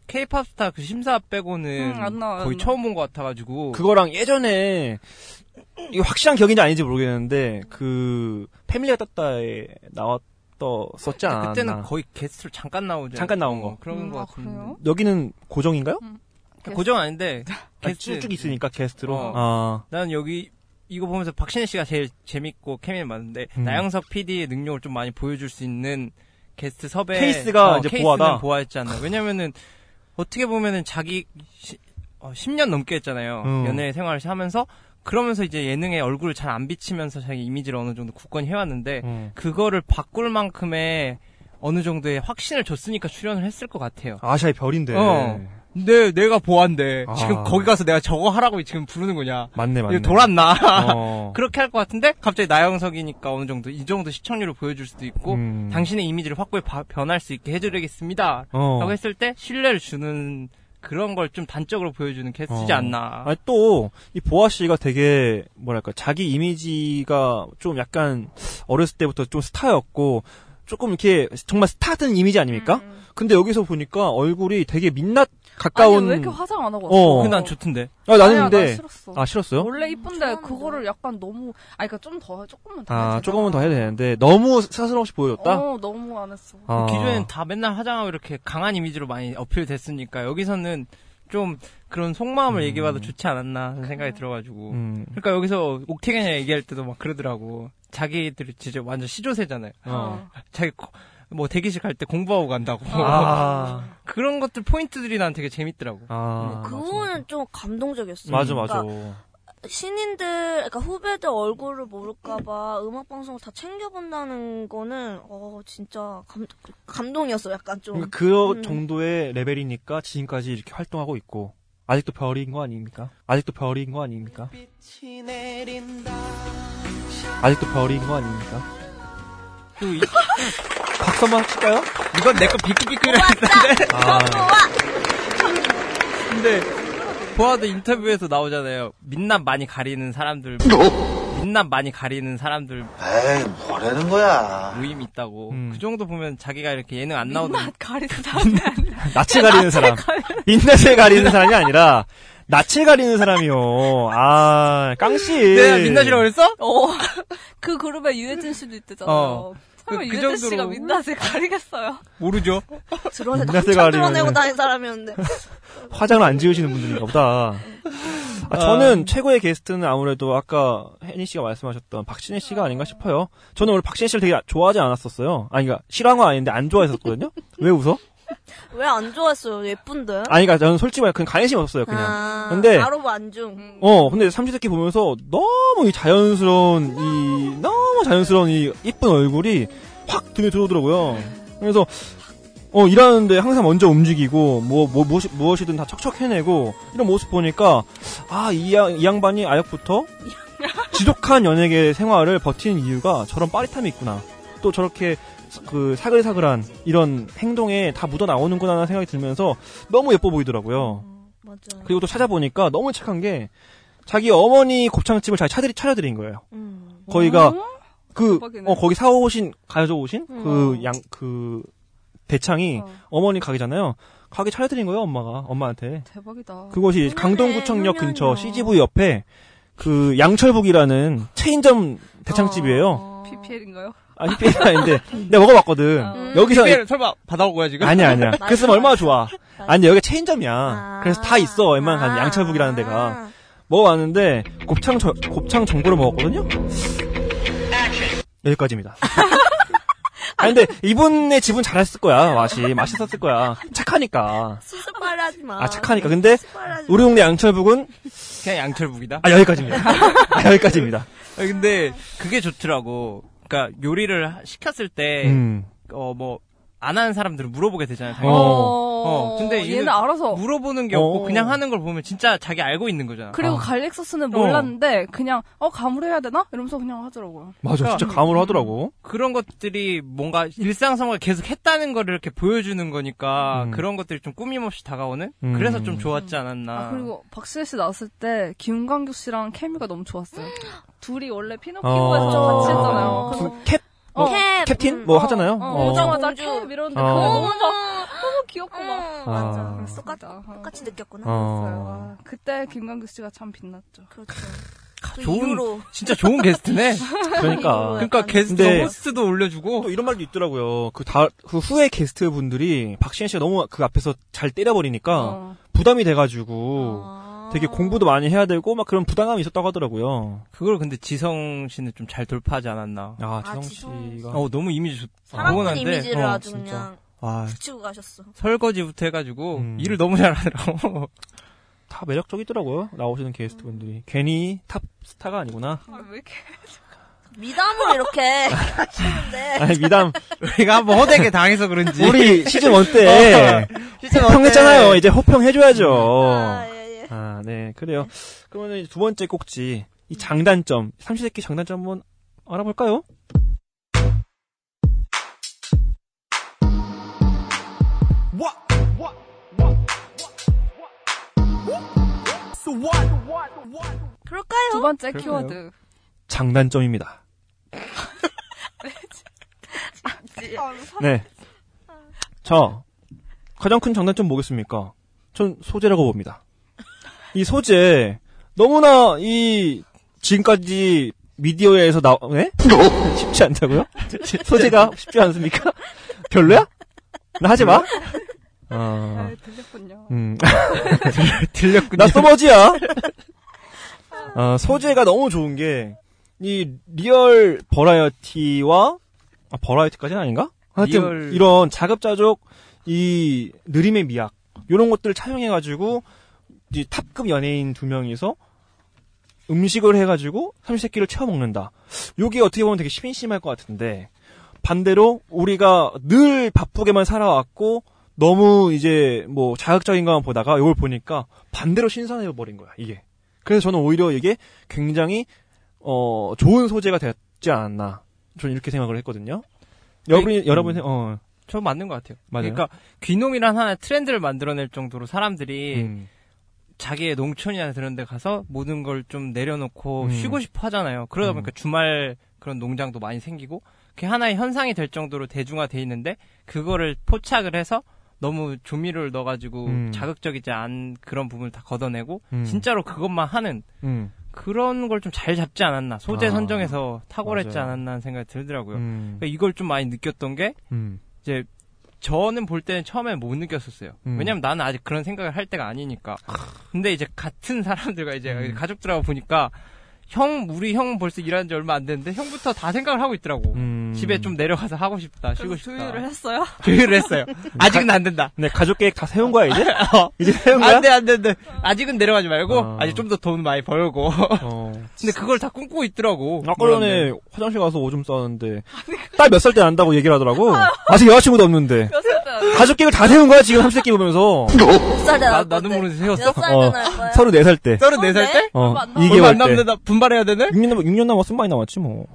S10: 케이팝 스타 그 심사 빼고는
S9: 음, 안 나와요,
S10: 거의
S9: 안
S10: 처음 본 것 같아가지고.
S1: 그거랑 예전에 이 확실한 기억인지 아닌지 모르겠는데 그 패밀리가 떴다에 나왔었지 않았나?
S10: 아, 그때는 거의 게스트로 잠깐 나오죠. 어,
S1: 잠깐 나온 거.
S10: 그런
S9: 음,
S10: 것
S9: 아,
S10: 같은데. 그러니까
S9: 그래요?
S1: 여기는 고정인가요?
S10: 음.
S9: 게스트.
S10: 고정 아닌데
S1: 아니,
S10: 게스트.
S1: 쭉쭉 있으니까 게스트로.
S10: 어.
S1: 아.
S10: 난 여기 이거 보면서 박신혜 씨가 제일 재밌고 케미는 맞는데
S1: 음.
S10: 나영석 PD의 능력을 좀 많이 보여줄 수 있는 게스트 섭외 어,
S1: 케이스가 이제
S10: 케이스는
S1: 보아다?
S10: 보아했지 않나. 왜냐면은 어떻게 보면은 자기 시, 어, 10년 넘게 했잖아요.
S1: 음.
S10: 연애 생활을 하면서 그러면서 이제 예능에 얼굴을 잘 안 비치면서 자기 이미지를 어느 정도 굳건히 해왔는데
S1: 음.
S10: 그거를 바꿀 만큼의 어느 정도의 확신을 줬으니까 출연을 했을 것 같아요.
S1: 아시아의 별인데.
S10: 어. 근데 내가 보아인데
S1: 아.
S10: 지금 거기 가서 내가 저거 하라고 지금 부르는 거냐?
S1: 맞네, 맞네.
S10: 이거 돌았나?
S1: 어.
S10: 그렇게 할 것 같은데 갑자기 나영석이니까 어느 정도 이 정도 시청률을 보여줄 수도 있고
S1: 음.
S10: 당신의 이미지를 확고히 바- 변할 수 있게 해드리겠습니다.
S1: 어.
S10: 라고 했을 때 신뢰를 주는 그런 걸 좀 단적으로 보여주는 게스트지
S1: 어.
S10: 않나.
S1: 아니, 또, 이 보아 씨가 되게, 뭐랄까, 자기 이미지가 좀 약간, 어렸을 때부터 좀 스타였고, 조금 이렇게, 정말 스타든 이미지 아닙니까? 근데 여기서 보니까 얼굴이 되게 민낯
S9: 아니
S1: 가까운.
S9: 왜 이렇게 화장 안 하고
S1: 어.
S9: 왔어?
S10: 그난 좋던데.
S1: 아, 나는
S9: 아니야,
S1: 근데.
S9: 난 싫었어.
S1: 아, 싫었어요?
S9: 원래 이쁜데
S2: 처음인데.
S9: 그거를 약간 너무 아 그러니까 좀 더 조금만 더
S1: 아,
S9: 해야
S1: 조금은 더
S9: 되잖아.
S1: 해야 되는데, 너무 사스럼없이 보여줬다?
S9: 어 너무 안 했어.
S1: 아.
S10: 기존엔 다 맨날 화장하고 이렇게 강한 이미지로 많이 어필됐으니까 여기서는 좀 그런 속마음을
S1: 음.
S10: 얘기해봐도 좋지 않았나 하는 생각이 들어가지고.
S1: 음.
S10: 그러니까 여기서 옥태견이 얘기할 때도 막 그러더라고. 자기들이 진짜 완전 시조세잖아요.
S1: 어.
S10: 자기 고- 뭐 대기실 갈 때 공부하고 간다고.
S1: 아.
S10: 그런 것들 포인트들이 난 되게 재밌더라고.
S1: 아.
S2: 그거는 좀 감동적이었어요.
S1: 맞아, 맞아.
S2: 그러니까 신인들, 그러니까 후배들 얼굴을 모를까봐 음악 방송을 다 챙겨본다는 거는 어 진짜 감, 감동이었어. 약간 좀.
S1: 그러니까 그
S2: 음.
S1: 정도의 레벨이니까 지금까지 이렇게 활동하고 있고 아직도 별인 거 아닙니까? 아직도 별인 거 아닙니까? 아직도 별인 거 아닙니까?
S10: 그리고 이,
S1: 박수 한번 칠까요? 아,
S10: 이건 내 거 비키비키를 (laughs) 했는데. 근데 보아도 인터뷰에서 나오잖아요. 민낯 많이 가리는 사람들. 민낯 많이 가리는 사람들
S5: 에이, 뭐라는 거야.
S10: 모임 있다고.
S1: 음.
S10: 그 정도 보면 자기가 이렇게 예능 안 나오던
S9: 입맛 가리는
S1: (laughs)
S9: 사람이 아니라
S1: 낯을 가리는 사람. 민낯을 가리는 사람이 아니라 낯을 가리는 사람이요. 아, 깡씨.
S10: 내가 네, 민낯이라고 그랬어?
S9: 어. (laughs) 그 그룹에 유해진 씨도 있대잖아요.
S10: 어.
S9: 설마
S10: 그- 그
S9: 유해진
S10: 정도로-
S9: 씨가 민낯을 가리겠어요?
S10: 모르죠.
S2: 드러내다
S1: 민낯을
S2: 한참
S1: 가리는
S2: 드러내고
S1: 애는.
S2: 다니는 사람이었는데.
S1: 화장을 안 지우시는 분들인가 보다. 아, 저는 최고의 게스트는 아무래도 아까 혜니 씨가 말씀하셨던 박신혜 씨가 아닌가 싶어요. 저는 원래 박신혜 씨를 되게 좋아하지 않았었어요. 아니, 그러니까 싫어한 건 아닌데 안 좋아했었거든요. 왜 웃어?
S7: 왜 안 좋았어요? 예쁜데?
S1: 아니, 그러니까 저는 솔직히 말해 그냥 관심 없었어요, 그냥.
S7: 아,
S1: 근데-
S7: 바로 안중.
S1: 어, 근데 삼시세끼 보면서 너무 이 자연스러운 이 너무 자연스러운 이 이쁜 얼굴이 확 등에 들어오더라고요. 그래서 어 일하는데 항상 먼저 움직이고 뭐, 뭐 무엇이, 무엇이든 다 척척 해내고 이런 모습 보니까 아이 이 양반이 아역부터 지독한 연예계 생활을 버티는 이유가 저런 빠릿함이 있구나. 또 저렇게 그 사글사글한 이런 행동에 다 묻어 나오는구나 하는 생각이 들면서 너무 예뻐 보이더라고요.
S7: 맞아.
S1: 그리고 또 찾아보니까 너무 착한 게 자기 어머니 곱창집을 잘 차들이 차려드린 거예요.
S7: 음.
S1: 거기가
S9: 어?
S1: 그
S9: 대박이네.
S1: 어, 거기 사오신 가져오신 그
S7: 음.
S1: 양 그 대창이
S9: 어.
S1: 어. 머니 가게잖아요. 가게 차려드린 거예요, 엄마가 엄마한테.
S9: 대박이다.
S1: 그곳이
S7: 훈연해,
S1: 강동구청역 근처
S7: 훈연이야.
S1: CGV 옆에 그 양철북이라는 체인점
S2: 어.
S1: 대창집이에요.
S9: PPL인가요?
S1: 아, 히피아인데 내가 먹어봤거든.
S2: 음.
S1: 여기서
S10: PPL 설마 받아온 거야 지금?
S1: 아니야 아니야. 그랬으면 얼마나 좋아. 아니 여기 체인점이야.
S7: 아.
S1: 그래서 다 있어. 웬만한 가게.
S7: 아.
S1: 양철북이라는 데가. 먹어봤는데 곱창 저- 곱창 정보를 먹었거든요. 여기까지입니다. 아 근데 이분의 집은 잘했을 거야 맛이 맛있었을 거야 착하니까
S7: 수습발 하지 마.
S1: 아 착하니까 근데
S7: 수습발하지 마.
S1: 우리 동네 양철북은
S10: 그냥 양철북이다.
S1: 아 여기까지입니다 아 여기까지입니다
S10: 아, 근데 그게 좋더라고. 그러니까 요리를 하- 시켰을
S9: 네.
S1: 음
S10: 때 어 뭐 안 하는 사람들은 물어보게 되잖아요.
S1: 어.
S10: 당연히. 어, 근데 얘는-
S9: 얘는 알아서
S10: 물어보는 게
S1: 어.
S10: 없고 그냥 하는 걸 보면 진짜 자기 알고 있는 거잖아.
S9: 그리고
S1: 아.
S9: 갈릭 소스는 몰랐는데 그냥 어 감으로 해야 되나? 이러면서 그냥 하더라고요.
S1: 맞아 진짜 감으로 하더라고
S10: 그런 것들이 뭔가 일상생활 계속 했다는 거를 이렇게 보여주는 거니까
S1: 음.
S10: 그런 것들이 좀 꾸밈없이 다가오는
S1: 음.
S10: 그래서 좀 좋았지 않았나.
S9: 아, 그리고 박신혜 씨 나왔을 때 김광규 씨랑 케미가 너무 좋았어요. (gasps) 둘이 원래
S1: 어.
S9: 피노키오에서 음. 같이 했잖아요.
S1: 그
S9: 그래서
S1: 캡
S9: 어,
S7: 캡.
S1: 캡틴
S7: 음.
S1: 뭐 하잖아요
S9: 어, 오자마자 캡 이러는데
S1: 어.
S9: 그거 너무
S7: 어머,
S9: 막 너무 귀엽고 막
S7: 음,
S1: 아.
S7: 맞아. 그래서 똑같,
S9: 똑같다. 어.
S7: 똑같이 느꼈구나.
S1: 어.
S9: 아, 그때 김광규 씨가 참 빛났죠.
S7: 그렇죠. 그
S10: 좋은
S7: 이후로.
S10: 진짜 좋은 게스트네. (laughs)
S9: (laughs)
S1: 그러니까
S9: 네.
S10: 그러니까 게스트
S1: 근데-
S10: 호스트도 올려주고
S1: 또 어, 이런 말도 있더라고요. 그 다, 그 후에 게스트 분들이 박신혜 씨가 너무 그 앞에서 잘 때려버리니까
S9: 어.
S1: 부담이 돼가지고
S7: 아.
S1: 되게 공부도 많이 해야 되고 막 그런 부담감이 있었다고 하더라고요.
S10: 그걸 근데 지성 씨는 좀 잘 돌파하지 않았나.
S1: 아, 지성
S7: 아, 지성
S1: 씨가.
S10: 어 너무 이미지 좋.
S7: 사랑꾼
S10: 그건 안 돼.
S7: 이미지를
S1: 어,
S7: 아주
S1: 진짜.
S7: 그냥
S1: 아,
S7: 붙이고 가셨어.
S10: 설거지부터 해가지고
S1: 음.
S10: 일을 너무 잘하더라고. (laughs)
S1: 다 매력적이더라고요. 나오시는 게스트 분들이. 괜히 탑스타가 아니구나. (laughs)
S9: 아, 왜 이렇게
S7: 미담을 이렇게 하시는데.
S1: (laughs) 아니, 미담.
S10: 우리가 한번 허되게 당해서 그런지.
S1: 우리 시즌1 (laughs) 어, 때
S10: (laughs) 시즌
S1: 호평했잖아요. 이제 호평해줘야죠.
S7: 아, 예, 예.
S1: 아, 네. 그래요. 그러면 이제 두 번째 꼭지. 이 장단점. 삼시세끼 장단점 한번 알아볼까요?
S7: 그럴까요?
S9: 두 번째
S10: 그러네요.
S9: 키워드.
S1: 장단점입니다. 네. 자, 가장 큰 장단점 뭐겠습니까? 전 소재라고 봅니다. 이 소재, 너무나 이, 지금까지 미디어에서 나, 네? (laughs) 쉽지 않다고요? 소재가 쉽지 않습니까? (laughs) 별로야? 나 하지 마?
S10: 어.
S1: 아,
S9: 아, 들렸군요.
S1: 음.
S10: 들렸군요.
S1: 나 (laughs) 소머지야. 아, 소재가 너무 좋은 게 이 리얼 버라이어티와 아, 버라이어티까지는 아닌가? 하여튼
S10: 리얼-
S1: 이런 자급자족 이 느림의 미학 이런 것들을 차용해가지고 이 탑급 연예인 두 명이서 음식을 해가지고 삼시세끼를 채워 먹는다. 요게 어떻게 보면 되게 심심할 것 같은데 반대로 우리가 늘 바쁘게만 살아왔고 너무 이제 뭐 자극적인 것만 보다가 이걸 보니까 반대로 신선해 버린 거야 이게. 그래서 저는 오히려 이게 굉장히 어 좋은 소재가 됐지 않았나 저는 이렇게 생각을 했거든요. 여러분
S10: 음.
S1: 여러분 생각- 어
S10: 저 맞는 것 같아요.
S1: 맞아요?
S10: 그러니까 귀농이란 하나의 트렌드를 만들어낼 정도로 사람들이
S1: 음.
S10: 자기의 농촌이나 그런 데 가서 모든 걸 좀 내려놓고
S1: 음.
S10: 쉬고 싶어 하잖아요. 그러다
S1: 음.
S10: 보니까 주말 그런 농장도 많이 생기고 그게 하나의 현상이 될 정도로 대중화돼 있는데 그거를 포착을 해서 너무 조미료를 넣어가지고
S1: 음.
S10: 자극적이지 않은 그런 부분을 다 걷어내고
S1: 음.
S10: 진짜로 그것만 하는
S1: 음.
S10: 그런 걸 좀 잘 잡지 않았나 소재
S1: 아.
S10: 선정에서 탁월했지
S1: 맞아요.
S10: 않았나 하는 생각이 들더라고요.
S1: 음.
S10: 그러니까 이걸 좀 많이 느꼈던 게
S1: 음.
S10: 이제 저는 볼 때는 처음에 못 느꼈었어요.
S1: 음.
S10: 왜냐면 나는 아직 그런 생각을 할 때가 아니니까. 근데 이제 같은 사람들과 이제
S1: 음.
S10: 가족들하고 보니까 형, 우리 형 벌써 일한 지 얼마 안 됐는데 형부터 다 생각을 하고 있더라고.
S1: 음.
S10: 집에 좀 내려가서 하고 싶다, 쉬고
S9: 그래서
S10: 싶다.
S9: 조율을 (laughs) 했어요?
S10: 조율을
S1: (laughs)
S10: 했어요. 아직은 안 된다.
S1: 네, 가족 계획 다 세운 거야, (laughs) 이제? 이제 세운 거야?
S10: 안 돼, 안 돼, 안 돼.
S9: 어.
S10: 아직은 내려가지 말고,
S1: 어.
S10: 아직 좀 더 돈 많이
S1: (laughs)
S10: 벌고.
S1: 어.
S10: 근데 그걸 다 꿈꾸고 있더라고.
S1: 아까 전에 화장실 가서 오줌 싸는데 딸 몇 살 때 난다고 얘기를 하더라고. 아직 여자친구도 없는데. 가족 계획을 다 세운 거야, 지금 삼시세끼 보면서.
S7: 몇살 때?
S10: 나, 나도 모르게 세웠어?
S1: 어.
S7: 몇살 때날 거야?
S1: 34살 때.
S10: 34살 때?
S1: 어,
S9: 얼마 안 남았어.
S1: 2개월
S10: 얼마 안
S1: 때. 음.
S10: 남는다. 분발해야 되네?
S1: 6년, 남- 6년 남았으면 많이 남았지, 뭐.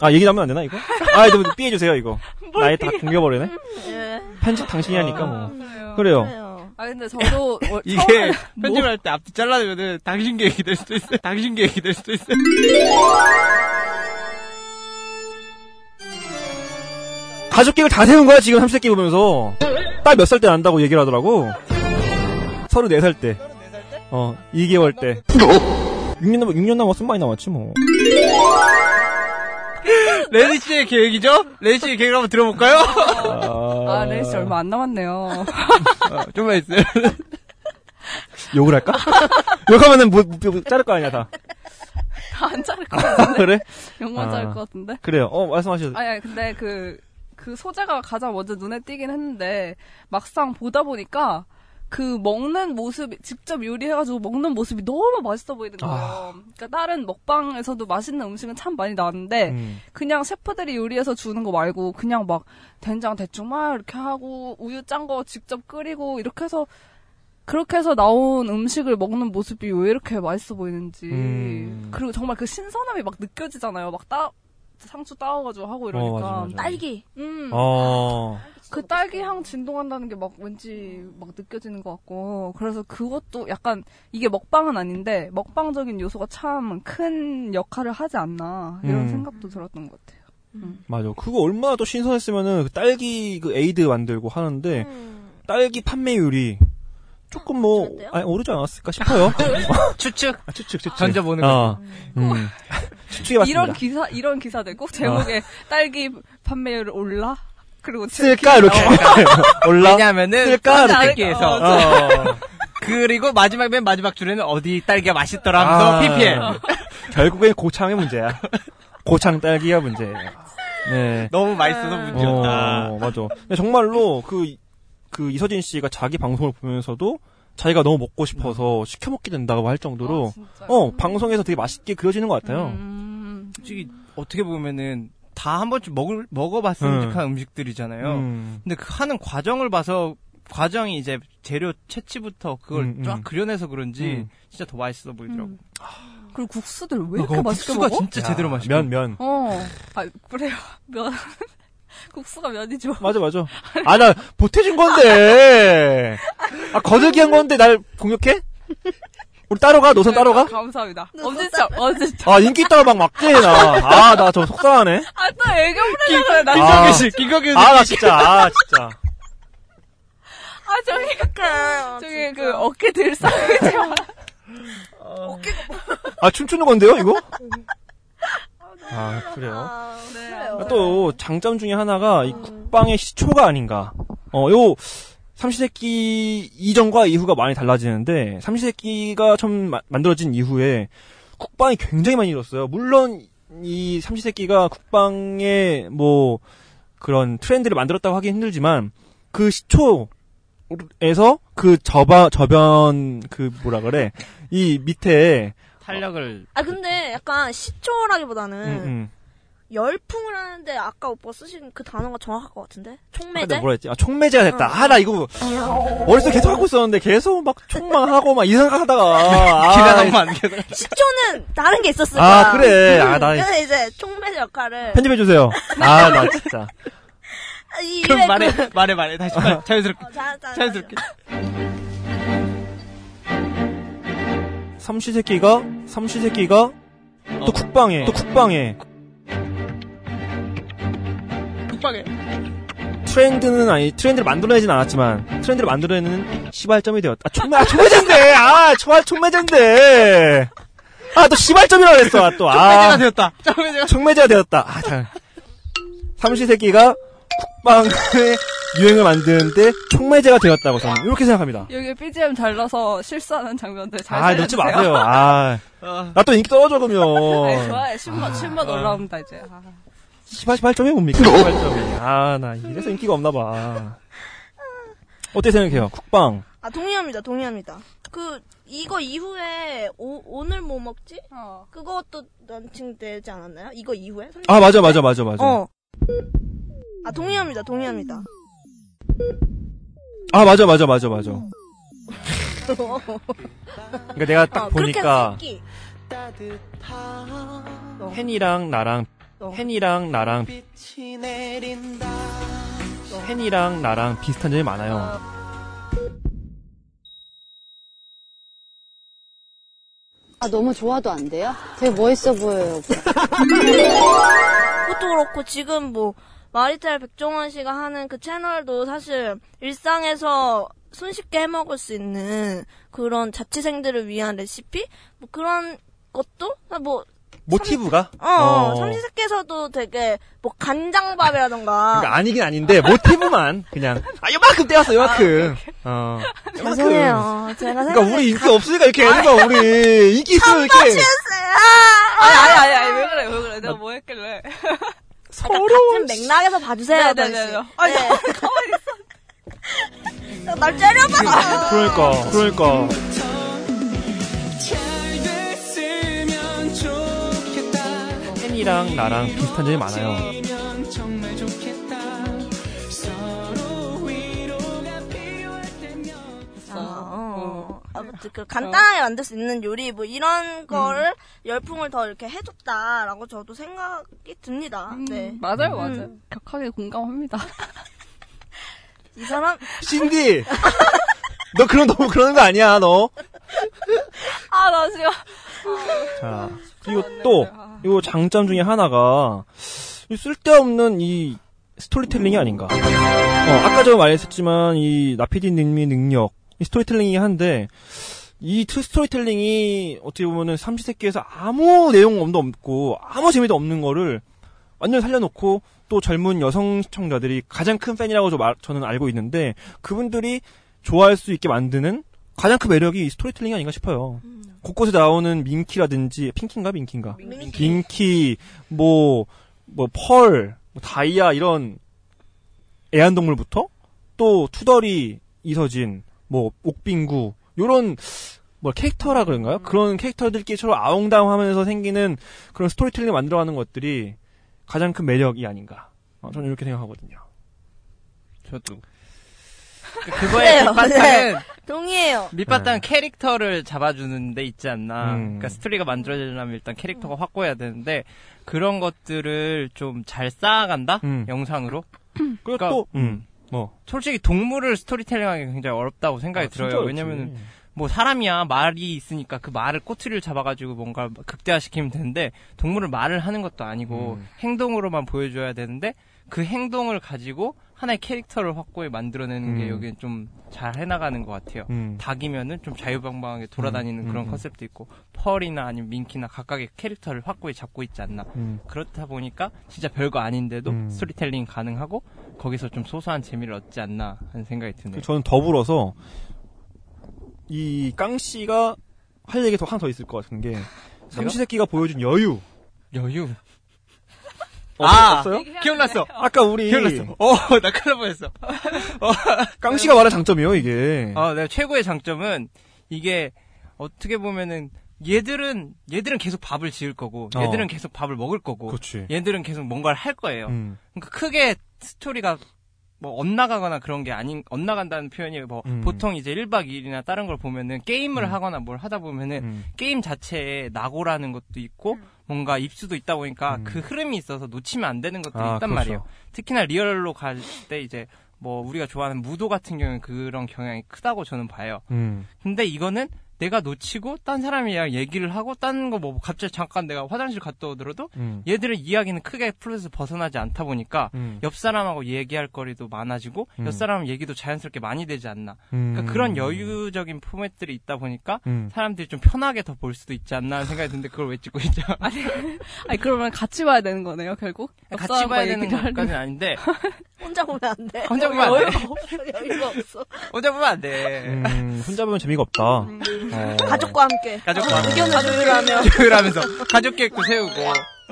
S1: 아, 얘기 나면 안 되나, 이거? 아, 이거 삐해주세요, 이거. 나이 다 공개버리네?
S7: 예.
S1: 편집 당신이 하니까, 뭐.
S9: 그래요.
S1: 그래요.
S9: 아 근데 저도 어,
S10: 이게 뭐?
S9: 처음에
S10: (laughs) 편집할 때 앞뒤 잘라내면은 당신 계획이 될 수도 있어. 당신 계획이 될 수도 있어.
S1: 가족 계획을 다 세운 거야, 지금 삼시세끼 보면서. 딸 몇 살 때 난다고 얘기를 하더라고. 34살 때. 어, 2개월 때. 6년, 남, 6년 남았으면 많이 남았지, 뭐.
S10: 레니 씨의 계획이죠? 레니 씨의 계획을 한번 들어볼까요?
S9: 아 레이씨 얼마 안 남았네요.
S10: 어, 좀만 있어요.
S1: 아, 욕을 할까? (laughs) 욕하면은 뭐, 뭐, 뭐 자를 거 아니야, 다. (laughs)
S9: 다 (laughs) 안 자를 것 같은데
S1: 그래?
S9: 영만 자를
S1: 아.
S9: 것 같은데.
S1: 그래요. 어, 말씀하셔도 돼요.
S9: 아니, 아니 근데 그, 그 소재가 가장 먼저 눈에 띄긴 했는데, 막상 보다 보니까, 그 먹는 모습이, 직접 요리해가지고 먹는 모습이 너무 맛있어 보이는 거예요. 그러니까 다른 먹방에서도 맛있는 음식은 참 많이 나왔는데,
S1: 음.
S9: 그냥 셰프들이 요리해서 주는 거 말고, 그냥 막 된장 대충 막 이렇게 하고, 우유 짠 거 직접 끓이고, 이렇게 해서, 그렇게 해서 나온 음식을 먹는 모습이 왜 이렇게 맛있어 보이는지.
S1: 음.
S9: 그리고 정말 그 신선함이 막 느껴지잖아요. 막 따, 상추 따와가지고 하고 이러니까.
S1: 어, 맞아, 맞아.
S2: 딸기.
S9: 음.
S1: 어.
S9: 그 딸기 향 진동한다는 게 막 왠지 막 느껴지는 것 같고. 그래서 그것도 약간 이게 먹방은 아닌데 먹방적인 요소가 참 큰 역할을 하지 않나 이런
S1: 음.
S9: 생각도 들었던 것 같아요.
S1: 맞아. 그거 얼마나 또 신선했으면은 그 딸기 그 에이드 만들고 하는데
S7: 음.
S1: 딸기 판매율이 조금 뭐
S2: 그랬대요?
S1: 음. 아니, 오르지 않았을까 싶어요.
S10: (laughs) 추측.
S1: 아, 추측 추측.
S10: 던져보는
S1: 아, 음. 추측이 맞습니다. 어.
S9: 이런 기사 이런 기사 되고 제목에 딸기 판매율 올라
S1: 아,
S9: 그리고
S1: 쓸까 이렇게 (laughs) 올라.
S10: 왜냐면은
S1: 쓸까?
S10: 딸기에서
S9: 어,
S1: 어.
S10: (laughs) 그리고 마지막 맨 마지막 줄에는 어디 딸기가 맛있더라 하면서
S1: 아.
S10: PPL
S1: (laughs) 결국엔 고창의 문제야. 고창 딸기가 문제예요. 네.
S10: 너무 맛있어서 문제였다.
S1: 어, 맞아. 근데 정말로 그, 그 이서진 씨가 자기 방송을 보면서도 자기가 너무 먹고 싶어서 시켜먹게 된다고 할 정도로 어, 방송에서 되게 맛있게 그려지는 것 같아요.
S9: 아, 음,
S10: 솔직히 어떻게 보면은 다 한 번쯤 먹을 먹어봤으면
S1: 음.
S10: 좋한 음식들이잖아요.
S1: 음.
S10: 근데 그 하는 과정을 봐서 과정이 이제 재료 채취부터 그걸
S1: 음,
S10: 쫙
S1: 음.
S10: 그려내서 그런지
S1: 음.
S10: 진짜 더 맛있어 보이더라고.
S9: 음. 그리고 국수들
S1: 아,
S9: 왜
S10: 어,
S9: 이렇게 맛있게
S10: 국수가
S9: 먹어?
S10: 진짜 제대로 맛있고.
S1: 면, 면.
S9: 어, 아 그래요 (laughs) 면 국수가 면이죠.
S1: 맞아, 맞아. 아, 나 보태준 건데. 아, 거들기한 건데 날 공격해? 우리 따로가? 노선 따로가?
S9: 아, 감사합니다. 엄지척, 엄지척.
S1: 아, 인기 있다고 막 막대, 나. 아, 나 저 속상하네.
S9: 아, 또 애교 부리려고 그래. 나
S1: 아.
S9: 아.
S10: 김광규 씨, 김광규 씨.
S1: 아, 나 진짜, 아, 진짜.
S9: 아, 저기,
S7: 어떡해,
S9: 저기,
S7: 진짜.
S9: 그,
S1: (laughs)
S9: 어깨 들썩이지 마.
S1: 아, 춤추는 건데요, 이거? 아, 그래요.
S9: 어.
S7: 네.
S9: 그래요.
S1: 아, 또 장점 중에 하나가 이 국방의 시초가 아닌가. 어, 요 삼시세끼 이전과 이후가 많이 달라지는데 삼시세끼가 처음 마- 만들어진 이후에 국방이 굉장히 많이 늘었어요. 물론 이 삼시세끼가 국방의 뭐 그런 트렌드를 만들었다고 하긴 힘들지만 그 시초에서 그 저바 저변 그 뭐라 그래 이 밑에
S10: 탄력을
S7: 아 근데 약간
S1: 음,
S7: 시초라기보다는
S1: 음.
S7: 열풍을 하는데 아까 오빠 쓰신 그 단어가 정확할 것 같은데
S1: 아까
S7: 총매제
S1: 내가 뭐라 했지? 아, 총매제가 됐다. 아, 나 이거 머릿속에 계속 하고 있었는데 계속 막 총만 하고 막 이상한 거 하다가. 아,
S10: 기대하면 안 돼.
S7: 시초는 다른 게 있었을 거야
S1: 아, 그래. 아,
S7: (laughs)
S1: 나
S7: 그래서 이제 총매제 역할을
S1: 편집해주세요. 아, 나 진짜.
S7: 아, 이
S10: 그럼
S7: 이래
S10: 말해, 말해, 말해. 다시 말해. 자연스럽게.
S7: 그- 어, 자, 자, 자,
S10: 자연스럽게.
S1: 삼시세끼가, 삼시세끼가
S10: 어.
S1: 또 국방에, 또 국방에.
S10: 국방에.
S1: 트렌드는 아니, 트렌드를 만들어내진 않았지만, 트렌드를 만들어내는 시발점이 되었다. 아, 총매, 아, 총매제인데! 아, 총알 총매제인데! 아, 또 시발점이라고 그랬어, 아, 또. 아.
S10: 매제가 되었다. 매제가
S1: 청매제가 되었다. 아, 잘. 삼시세끼가 국방의 유행을 만드는데 촉매제가 되었다고 저는 이렇게 생각합니다.
S9: 여기 BGM 잘 넣어서 실수하는 장면들 잘
S1: 아, 넣지
S9: 살려주세요.
S1: 마세요. 아, 나 또 인기 떨어져,
S9: 네,
S1: 그러면.
S9: 좋아요. 신맛 신맛 올라옵니다 이제. 아.
S1: 18점이 뭡니까? 18점이. 아, 나 이래서 인기가 없나 봐. 어떻게 생각해요? 쿡방.
S2: 아 동의합니다 동의합니다 그 이거 이후에 오, 오늘 뭐 먹지
S9: 어.
S2: 그것도 런칭되지 않았나요 이거 이후에
S1: 아, 맞아, 맞아, 맞아, 맞아.
S2: 어. 아 동의합니다 동의합니다
S1: 아, 맞아, 맞아, 맞아, 맞아.
S9: 어.
S1: 그러니까 내가 딱
S9: 아,
S2: 어,
S1: 보니까
S2: 그렇게 새끼
S1: hen이랑 나랑
S2: 어.
S1: hen이랑 나랑 hen이랑 나랑 비슷한 점이 많아요.
S3: 아, 너무 좋아도 안 돼요? 되게 멋있어 보여요. 오빠.
S2: 그것도 그렇고 지금 뭐 마리텔 백종원 씨가 하는 그 채널도 사실 일상에서 손쉽게 해먹을 수 있는 그런 자취생들을 위한 레시피 뭐 그런 것도 뭐
S1: 모티브가
S2: 어, 어. 삼시세끼에서도 되게 뭐
S1: (laughs)
S2: 간장밥이라던가
S1: 그러니까 아니긴 아닌데 모티브만 그냥 아 요만큼 떼왔어 요만큼. 어.
S2: 죄송해요 제가
S1: 그러니까
S2: 생각해
S1: 우리 인기 없으니까 이렇게 하는 거야 우리 인기 있으면 이렇게
S9: 아니 아니 아니 아니, 왜 그래 왜 그래 내가 뭐 했길래.
S1: 서로
S2: 같은 맥락에서 봐주세요
S9: 네, 네, 네, 네.
S2: 아니 가만히 있어 날 째려봐
S1: 그러니까 그러니까 팬이랑 나랑 비슷한 점이 많아요.
S2: 어. 아무튼 그 간단하게 만들 수 있는 요리 뭐 이런 거를 열풍을 더 이렇게 해줬다라고 저도 생각이 듭니다.
S9: 음.
S2: 네.
S9: 맞아요 맞아요. 격하게 공감합니다.
S2: 이 사람
S1: 신디 (laughs) 너 그런 너무 그러는 거 아니야 너.
S9: 아 나 지금
S1: 자, 그리고 또, 이 장점 중에 하나가, 이 쓸데없는 이 스토리텔링이 아닌가. 어, 아까 전에 말했었지만, 이 나피디님의 능력, 이 스토리텔링이긴 한데, 이 트- 스토리텔링이 어떻게 보면은 삼시세끼에서 아무 내용도 없고, 아무 재미도 없는 거를 완전 살려놓고, 또 젊은 여성 시청자들이 가장 큰 팬이라고 저 말- 저는 알고 있는데, 그분들이 좋아할 수 있게 만드는 가장 큰 매력이 이 스토리텔링이 아닌가 싶어요. 곳곳에 나오는 민키라든지 핑키인가 음. 민키인가
S2: 민키.
S1: 민키 뭐, 뭐뭐펄 다이아 이런 애완동물부터 또 투덜이 이서진 뭐 옥빙구 요런 뭐 캐릭터라
S10: 음.
S1: 그런가요? 그런 캐릭터들끼리 서로 아웅다웅하면서 생기는 그런 스토리텔링 만들어가는 것들이 가장 큰 매력이 아닌가 어, 저는 이렇게 생각하거든요.
S10: 저도. 그거의
S2: 그래요,
S10: 밑바탕은
S2: 동의해요.
S10: 밑바탕 캐릭터를 잡아주는 데 있지 않나.
S1: 네. 음.
S10: 그러니까 스토리가 만들어지려면 일단 캐릭터가 확고해야 되는데 그런 것들을 좀 잘 쌓아간다.
S1: 음.
S10: 영상으로.
S1: 그리고
S10: 그러니까-
S1: 또 음, 뭐
S10: 솔직히 동물을 스토리텔링하기 굉장히 어렵다고 생각이
S1: 아, 진짜
S10: 들어요.
S1: 어렵지.
S10: 왜냐면 뭐 사람이야 말이 있으니까 그 말을 꼬투리를 잡아가지고 뭔가 극대화시키면 되는데 동물을 말을 하는 것도 아니고
S1: 음.
S10: 행동으로만 보여줘야 되는데 그 행동을 가지고 하나의 캐릭터를 확고히 만들어내는
S1: 음.
S10: 게 여기 좀 잘 해나가는 것 같아요.
S1: 음.
S10: 닭이면은 좀 자유방방하게 돌아다니는
S1: 음,
S10: 그런
S1: 음.
S10: 컨셉도 있고 펄이나 아니면 민키나 각각의 캐릭터를 확고히 잡고 있지 않나
S1: 음.
S10: 그렇다 보니까 진짜 별거 아닌데도
S1: 음.
S10: 스토리텔링 가능하고 거기서 좀 소소한 재미를 얻지 않나 하는 생각이 드네요.
S1: 저는 더불어서 이 깡씨가 할 얘기 더 하나 더 있을 것 같은 게 삼시세끼가 보여준 여유
S10: 여유.
S1: 아,
S10: 아!
S1: 없어요?
S10: 기억났어.
S1: 아까 우리
S10: 기억났어. (laughs) 어, 나 큰일 뻔했어.
S1: 깡씨가 말한 장점이에요 이게
S10: 아, 내가 최고의 장점은 이게 어떻게 보면은 얘들은 얘들은 계속 밥을 지을 거고
S1: 어.
S10: 얘들은 계속 밥을 먹을 거고
S1: 그렇지
S10: 얘들은 계속 뭔가를 할 거예요.
S1: 음.
S10: 그러니까 크게 스토리가 뭐 엇나가거나 그런 게 아닌 엇나간다는 표현이 뭐
S1: 음.
S10: 보통 이제 1박 2일이나 다른 걸 보면은 게임을
S1: 음.
S10: 하거나 뭘 하다 보면은
S1: 음.
S10: 게임 자체에 낙오라는 것도 있고 뭔가 입수도 있다 보니까
S1: 음.
S10: 그 흐름이 있어서 놓치면 안 되는 것들이
S1: 아,
S10: 있단
S1: 그렇죠.
S10: 말이에요. 특히나 리얼로 갈 때 이제 뭐 우리가 좋아하는 무도 같은 경우는 그런 경향이 크다고 저는 봐요.
S1: 음.
S10: 근데 이거는 내가 놓치고 딴 사람이랑 얘기를 하고 딴 거 뭐 갑자기 잠깐 내가 화장실 갔다 오더라도
S1: 음.
S10: 얘들의 이야기는 크게 플롯에서 벗어나지 않다 보니까
S1: 음.
S10: 옆 사람하고 얘기할 거리도 많아지고
S1: 음.
S10: 옆 사람 얘기도 자연스럽게 많이 되지 않나
S1: 음.
S10: 그러니까 그런 여유적인 포맷들이 있다 보니까
S1: 음.
S10: 사람들이 좀 편하게 더 볼 수도 있지 않나 하는 생각이 드는데 그걸 왜 찍고
S9: (laughs)
S10: 있죠?
S9: 아니 그러면 같이 봐야 되는 거네요 결국.
S10: 아, 같이 봐야 되는
S9: 거
S10: 것까지는 아닌데 (laughs)
S11: 혼자 보면 안 돼.
S10: 혼자 보면 안 돼.
S11: 여유가 없어.
S10: 혼자 보면 안 돼.
S1: 음, 혼자 보면 재미가 없다.
S10: 음.
S1: 어.
S11: 가족과 함께.
S10: 가족과 아,
S11: 의견을 조율하며.
S10: 조율하면서 가족 계획도 세우고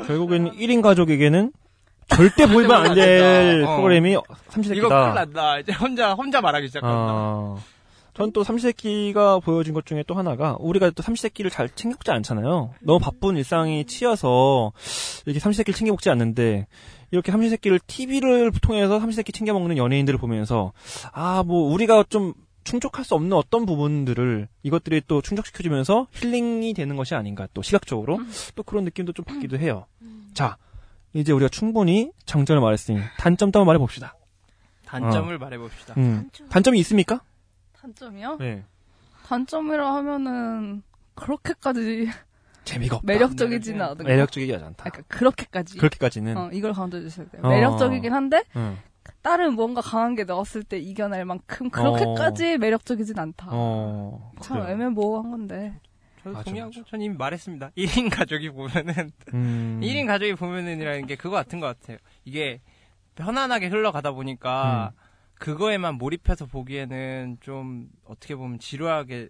S1: 결국엔 1인 가족에게는
S10: (laughs)
S1: 절대 보이면 안 될
S10: 안 된다.
S1: 프로그램이
S10: 어. 이거 큰일
S1: 삼시세끼다.
S10: 난다. 이제 혼자 혼자 말하기 시작한다.
S1: 어. 전또 삼시세끼가 보여준 것 중에 또 하나가 우리가 또 삼시세끼를 잘 챙겨먹지 않잖아요. 너무 바쁜 일상이 치여서 이렇게 삼시세끼를 챙겨먹지 않는데 이렇게 삼시세끼를 TV를 통해서 삼시세끼 챙겨먹는 연예인들을 보면서 아 뭐 우리가 좀 충족할 수 없는 어떤 부분들을 이것들이 또 충족시켜주면서 힐링이 되는 것이 아닌가 또 시각적으로 또 그런 느낌도 좀 받기도 해요. 자 이제 우리가 충분히 장점을 말했으니 단점도 한번 말해봅시다.
S10: 단점을 말해봅시다.
S1: 음. 단점이 있습니까?
S9: 단점이요?
S1: 네.
S9: 단점이라 하면은 (laughs) 그렇게까지
S1: 재미가 없다.
S9: 매력적이지는 않은.
S1: 매력적이지 않다.
S9: 그러니까 그렇게까지.
S1: 그렇게까지는.
S9: 어, 이걸 강조해주셔야 돼요.
S1: 어.
S9: 매력적이긴 한데
S1: 음.
S9: 다른 뭔가 강한 게 나왔을 때 이겨낼 만큼 그렇게까지 매력적이진 않다.
S1: 어.
S9: 참
S1: 그래요.
S9: 애매모호한 건데.
S10: 저도
S1: 맞아,
S10: 동의하고 전 이미 말했습니다. (laughs) 1인 가족이 보면은
S1: 음.
S10: 1인 가족이 보면은이라는 게 그거 같은 것 같아요. 이게 편안하게 흘러가다 보니까
S1: 음.
S10: 그거에만 몰입해서 보기에는 좀 어떻게 보면 지루하게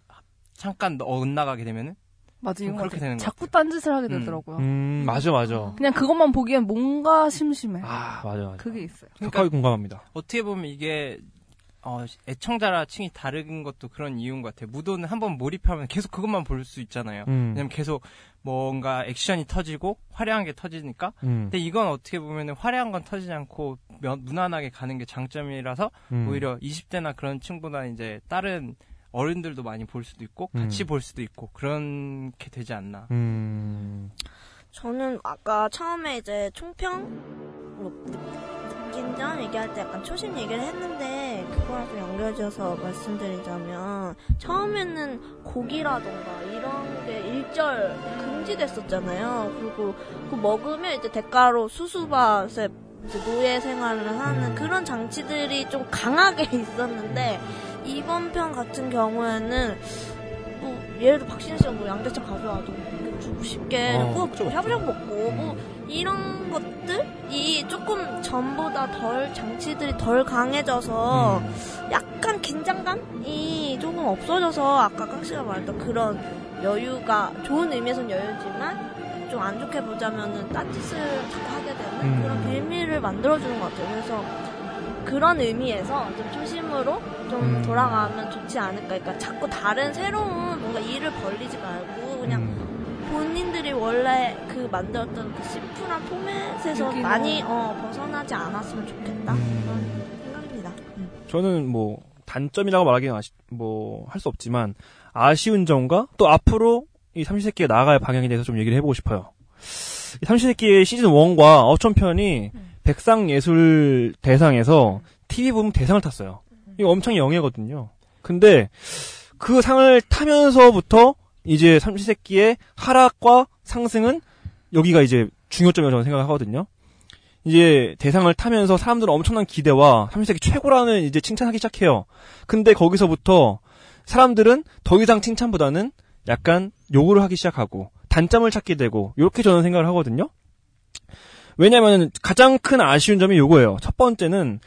S10: 잠깐 어, 엇나가게 되면은
S9: 맞아, 이건
S10: 그렇게
S9: 그렇게
S10: 되는 것
S9: 자꾸 딴짓을 하게
S10: 음.
S9: 되더라고요.
S1: 음, 맞아, 맞아.
S9: 그냥 그것만 보기엔 뭔가 심심해.
S1: 아, 맞아, 맞아.
S9: 그게 그러니까 있어요.
S1: 격하게 공감합니다.
S10: 어떻게 보면 이게 어, 애청자라 층이 다른 것도 그런 이유인 것 같아요. 무도는 한번 몰입하면 계속 그것만 볼 수 있잖아요.
S1: 음.
S10: 왜냐면 계속 뭔가 액션이 터지고 화려한 게 터지니까.
S1: 음.
S10: 근데 이건 어떻게 보면 화려한 건 터지지 않고 면- 무난하게 가는 게 장점이라서
S1: 음.
S10: 오히려 20대나 그런 층보다 이제 다른 어른들도 많이 볼 수도 있고
S1: 음.
S10: 같이 볼 수도 있고 그렇게 되지 않나.
S1: 음.
S2: 저는 아까 처음에 이제 총평 뭐 느- 느낀 점 얘기할 때 약간 초심 얘기를 했는데 그거랑 좀 연결지어서 말씀드리자면 처음에는 곡이라던가 이런 게 일절 금지됐었잖아요. 그리고 그 먹으면 이제 대가로 수수밭에 이제 노예 생활을 하는 그런 장치들이 좀 강하게 (laughs) 있었는데 이번 편 같은 경우에는 뭐 예를 들어 박신혜 씨가 뭐 양대차 가져와도 이렇게 주고 쉽게
S1: 어,
S2: 뭐
S1: 그쵸, 음. 그쵸.
S2: 샤브샤브 먹고 뭐 이런 것들이 조금 전보다 덜 장치들이 덜
S9: 어,
S2: 강해져서
S1: 음.
S2: 약간 긴장감이 조금 없어져서 아까 깡 씨가 말했던 그런 여유가 좋은 의미에선 여유지만 좀 안 좋게 보자면은 딴짓을 자꾸 하게 되는
S1: 음.
S2: 그런 빌미를 만들어주는 것 같아요. 그래서 그런 의미에서 좀 초심으로 좀
S1: 음.
S2: 돌아가면 좋지 않을까. 그러니까 자꾸 다른 새로운 뭔가 일을 벌리지 말고 그냥
S1: 음.
S2: 본인들이 원래 그 만들었던 그 심플한 포맷에서
S9: 여기는-
S2: 많이 어, 벗어나지 않았으면 좋겠다.
S1: 음.
S2: 그런 생각입니다.
S1: 저는 뭐 단점이라고 말하기는 아시, 뭐할 수 없지만 아쉬운 점과 또 앞으로 이 삼시세끼가 나아갈 방향에 대해서 좀 얘기를 해보고 싶어요. 이 삼시세끼의 시즌 1과 어촌 편이 백상예술 대상에서 TV 부문 대상을 탔어요. 이거 엄청 영예거든요. 근데 그 상을 타면서부터 이제 삼시세끼의 하락과 상승은 여기가 이제 중요점이라고 저는 생각하거든요. 이제 대상을 타면서 사람들은 엄청난 기대와 삼시세끼 최고라는 이제 칭찬하기 시작해요. 근데 거기서부터 사람들은 더 이상 칭찬보다는 약간 요구를 하기 시작하고 단점을 찾게 되고 이렇게 저는 생각을 하거든요. 왜냐하면 가장 큰 아쉬운 점이 요거예요. 첫 번째는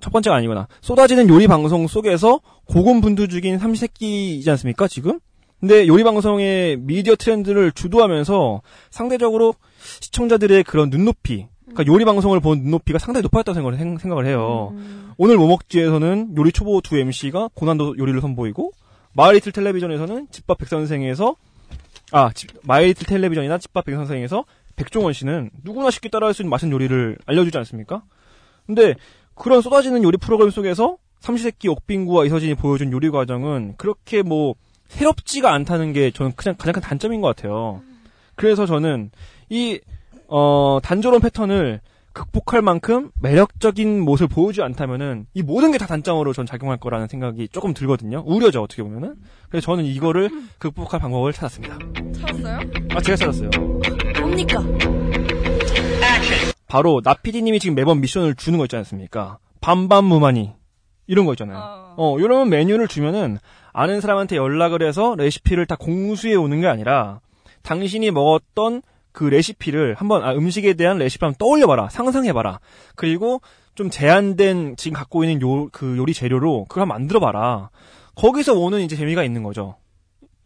S1: 첫 번째가 아니구나. 쏟아지는 요리 방송 속에서 고군분투적인 삼시세끼이지 않습니까 지금? 근데 요리 방송의 미디어 트렌드를 주도하면서 상대적으로 시청자들의 그런 눈높이, 그러니까 요리 방송을 본 눈높이가 상당히 높아졌다고 생각을, 생- 생각을 해요. 오늘 뭐 먹지에서는 요리 초보 두 MC가 고난도 요리를 선보이고 마이리틀 텔레비전에서는 집밥 백선생에서 아 집- 마이리틀 텔레비전이나 집밥 백선생에서 백종원 씨는 누구나 쉽게 따라할 수 있는 맛있는 요리를 알려주지 않습니까? 근데 그런 쏟아지는 요리 프로그램 속에서 삼시세끼 옥빙구와 이서진이 보여준 요리 과정은 그렇게 뭐 새롭지가 않다는 게 저는 그냥 가장 큰 단점인 것 같아요. 그래서 저는 이 어, 단조로운 패턴을 극복할 만큼 매력적인 모습을 보여주지 않다면은 이 모든 게 다 단점으로 전 작용할 거라는 생각이 조금 들거든요. 우려죠 어떻게 보면은. 그래서 저는 이거를 극복할 방법을 찾았습니다.
S9: 음. 찾았어요?
S1: 아 제가 찾았어요.
S7: 뭡니까?
S1: 바로 나피디님이 지금 매번 미션을 주는 거 있지 않습니까? 반반무만이 이런 거 있잖아요.
S9: 어.
S1: 어, 이런 메뉴를 주면은 아는 사람한테 연락을 해서 레시피를 다 공수해 오는 게 아니라 당신이 먹었던 그 레시피를 한번 아, 음식에 대한 레시피 한번 떠올려 봐라. 상상해 봐라. 그리고 좀 제한된 지금 갖고 있는 요 그 요리 재료로 그걸 한번 만들어 봐라. 거기서 오는 이제 재미가 있는 거죠.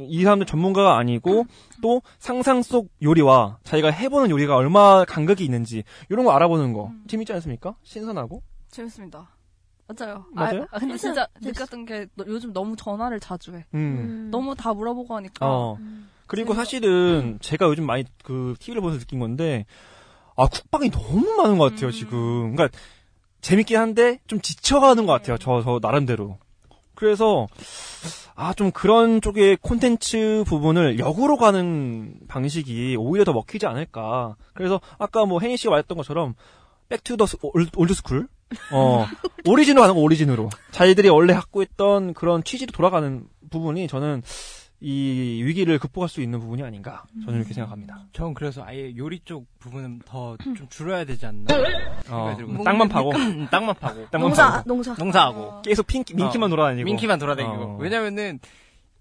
S1: 이 사람들 전문가가 아니고 또 상상 속 요리와 자기가 해보는 요리가 얼마 간극이 있는지 이런 거 알아보는 거 재밌지 않습니까? 신선하고
S9: 재밌습니다. 맞아요.
S1: 맞아요?
S9: 아, 근데 진짜 느꼈던 게 너- 요즘 너무 전화를 자주 해.
S1: 음.
S9: 너무 다 물어보고 하니까.
S1: 어.
S2: 음.
S1: 그리고 사실은 제가 요즘 많이 그 TV를 보면서 느낀 건데 아 국방이 너무 많은 것 같아요
S9: 음.
S1: 지금. 그러니까 재밌긴 한데 좀 지쳐가는 것 같아요 저 저 나름대로. 그래서 아 좀 그런 쪽의 콘텐츠 부분을 역으로 가는 방식이 오히려 더 먹히지 않을까. 그래서 아까 뭐 혜니 씨가 말했던 것처럼 백투더 올드스쿨 어 오리진으로 가는 거 오리진으로 자기들이 원래 갖고 있던 그런 취지로 돌아가는 부분이 저는 이 위기를 극복할 수 있는 부분이 아닌가 저는 이렇게 생각합니다.
S10: 전 그래서 아예 요리 쪽 부분은 더 좀 줄여야 되지 않나
S1: (laughs) 어,
S10: 그래가지고
S1: 땅만 파고
S10: 음, 땅만 파고
S1: 땅만
S2: 농사,
S1: 파고
S2: 농사.
S10: 농사하고
S1: 계속 핑키, 민키만 돌아다니고
S10: 민키만 돌아다니고
S1: 어.
S10: 왜냐면은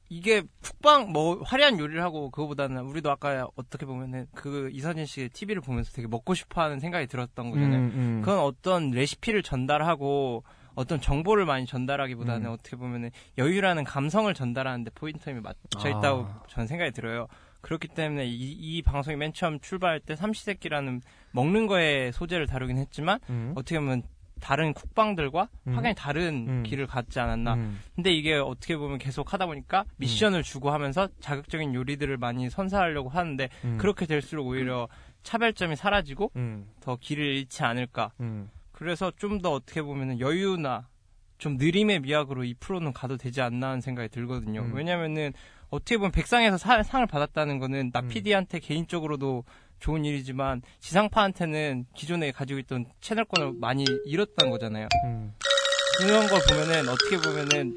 S10: 이게 쿡방 뭐 화려한 요리를 하고 그거보다는 우리도 아까 어떻게 보면은 그 이선진 씨의 TV를 보면서 되게 먹고 싶어하는 생각이 들었던 거잖아요.
S1: 음, 음.
S10: 그건 어떤 레시피를 전달하고 어떤 정보를 많이 전달하기보다는
S1: 음.
S10: 어떻게 보면은 여유라는 감성을 전달하는데 포인트임이 맞춰 있다고
S1: 아.
S10: 저는 생각이 들어요. 그렇기 때문에 이, 이 방송이 맨 처음 출발할 때 삼시세끼라는 먹는 거에 소재를 다루긴 했지만
S1: 음.
S10: 어떻게 보면 다른 쿡방들과
S1: 음.
S10: 확연히 다른
S1: 음.
S10: 길을 갔지 않았나.
S1: 음.
S10: 근데 이게 어떻게 보면 계속 하다 보니까 미션을 주고 하면서 자극적인 요리들을 많이 선사하려고 하는데
S1: 음.
S10: 그렇게 될수록 오히려 차별점이 사라지고
S1: 음.
S10: 더 길을 잃지 않을까.
S1: 음.
S10: 그래서 좀 더 어떻게 보면 여유나 좀 느림의 미학으로 이 프로는 가도 되지 않나 하는 생각이 들거든요.
S1: 음.
S10: 왜냐면은 어떻게 보면 백상에서 사- 상을 받았다는 거는 나
S1: 음.
S10: PD한테 개인적으로도 좋은 일이지만 지상파한테는 기존에 가지고 있던 채널권을 많이 잃었던 거잖아요.
S1: 음.
S10: 그런 걸 보면은 어떻게 보면은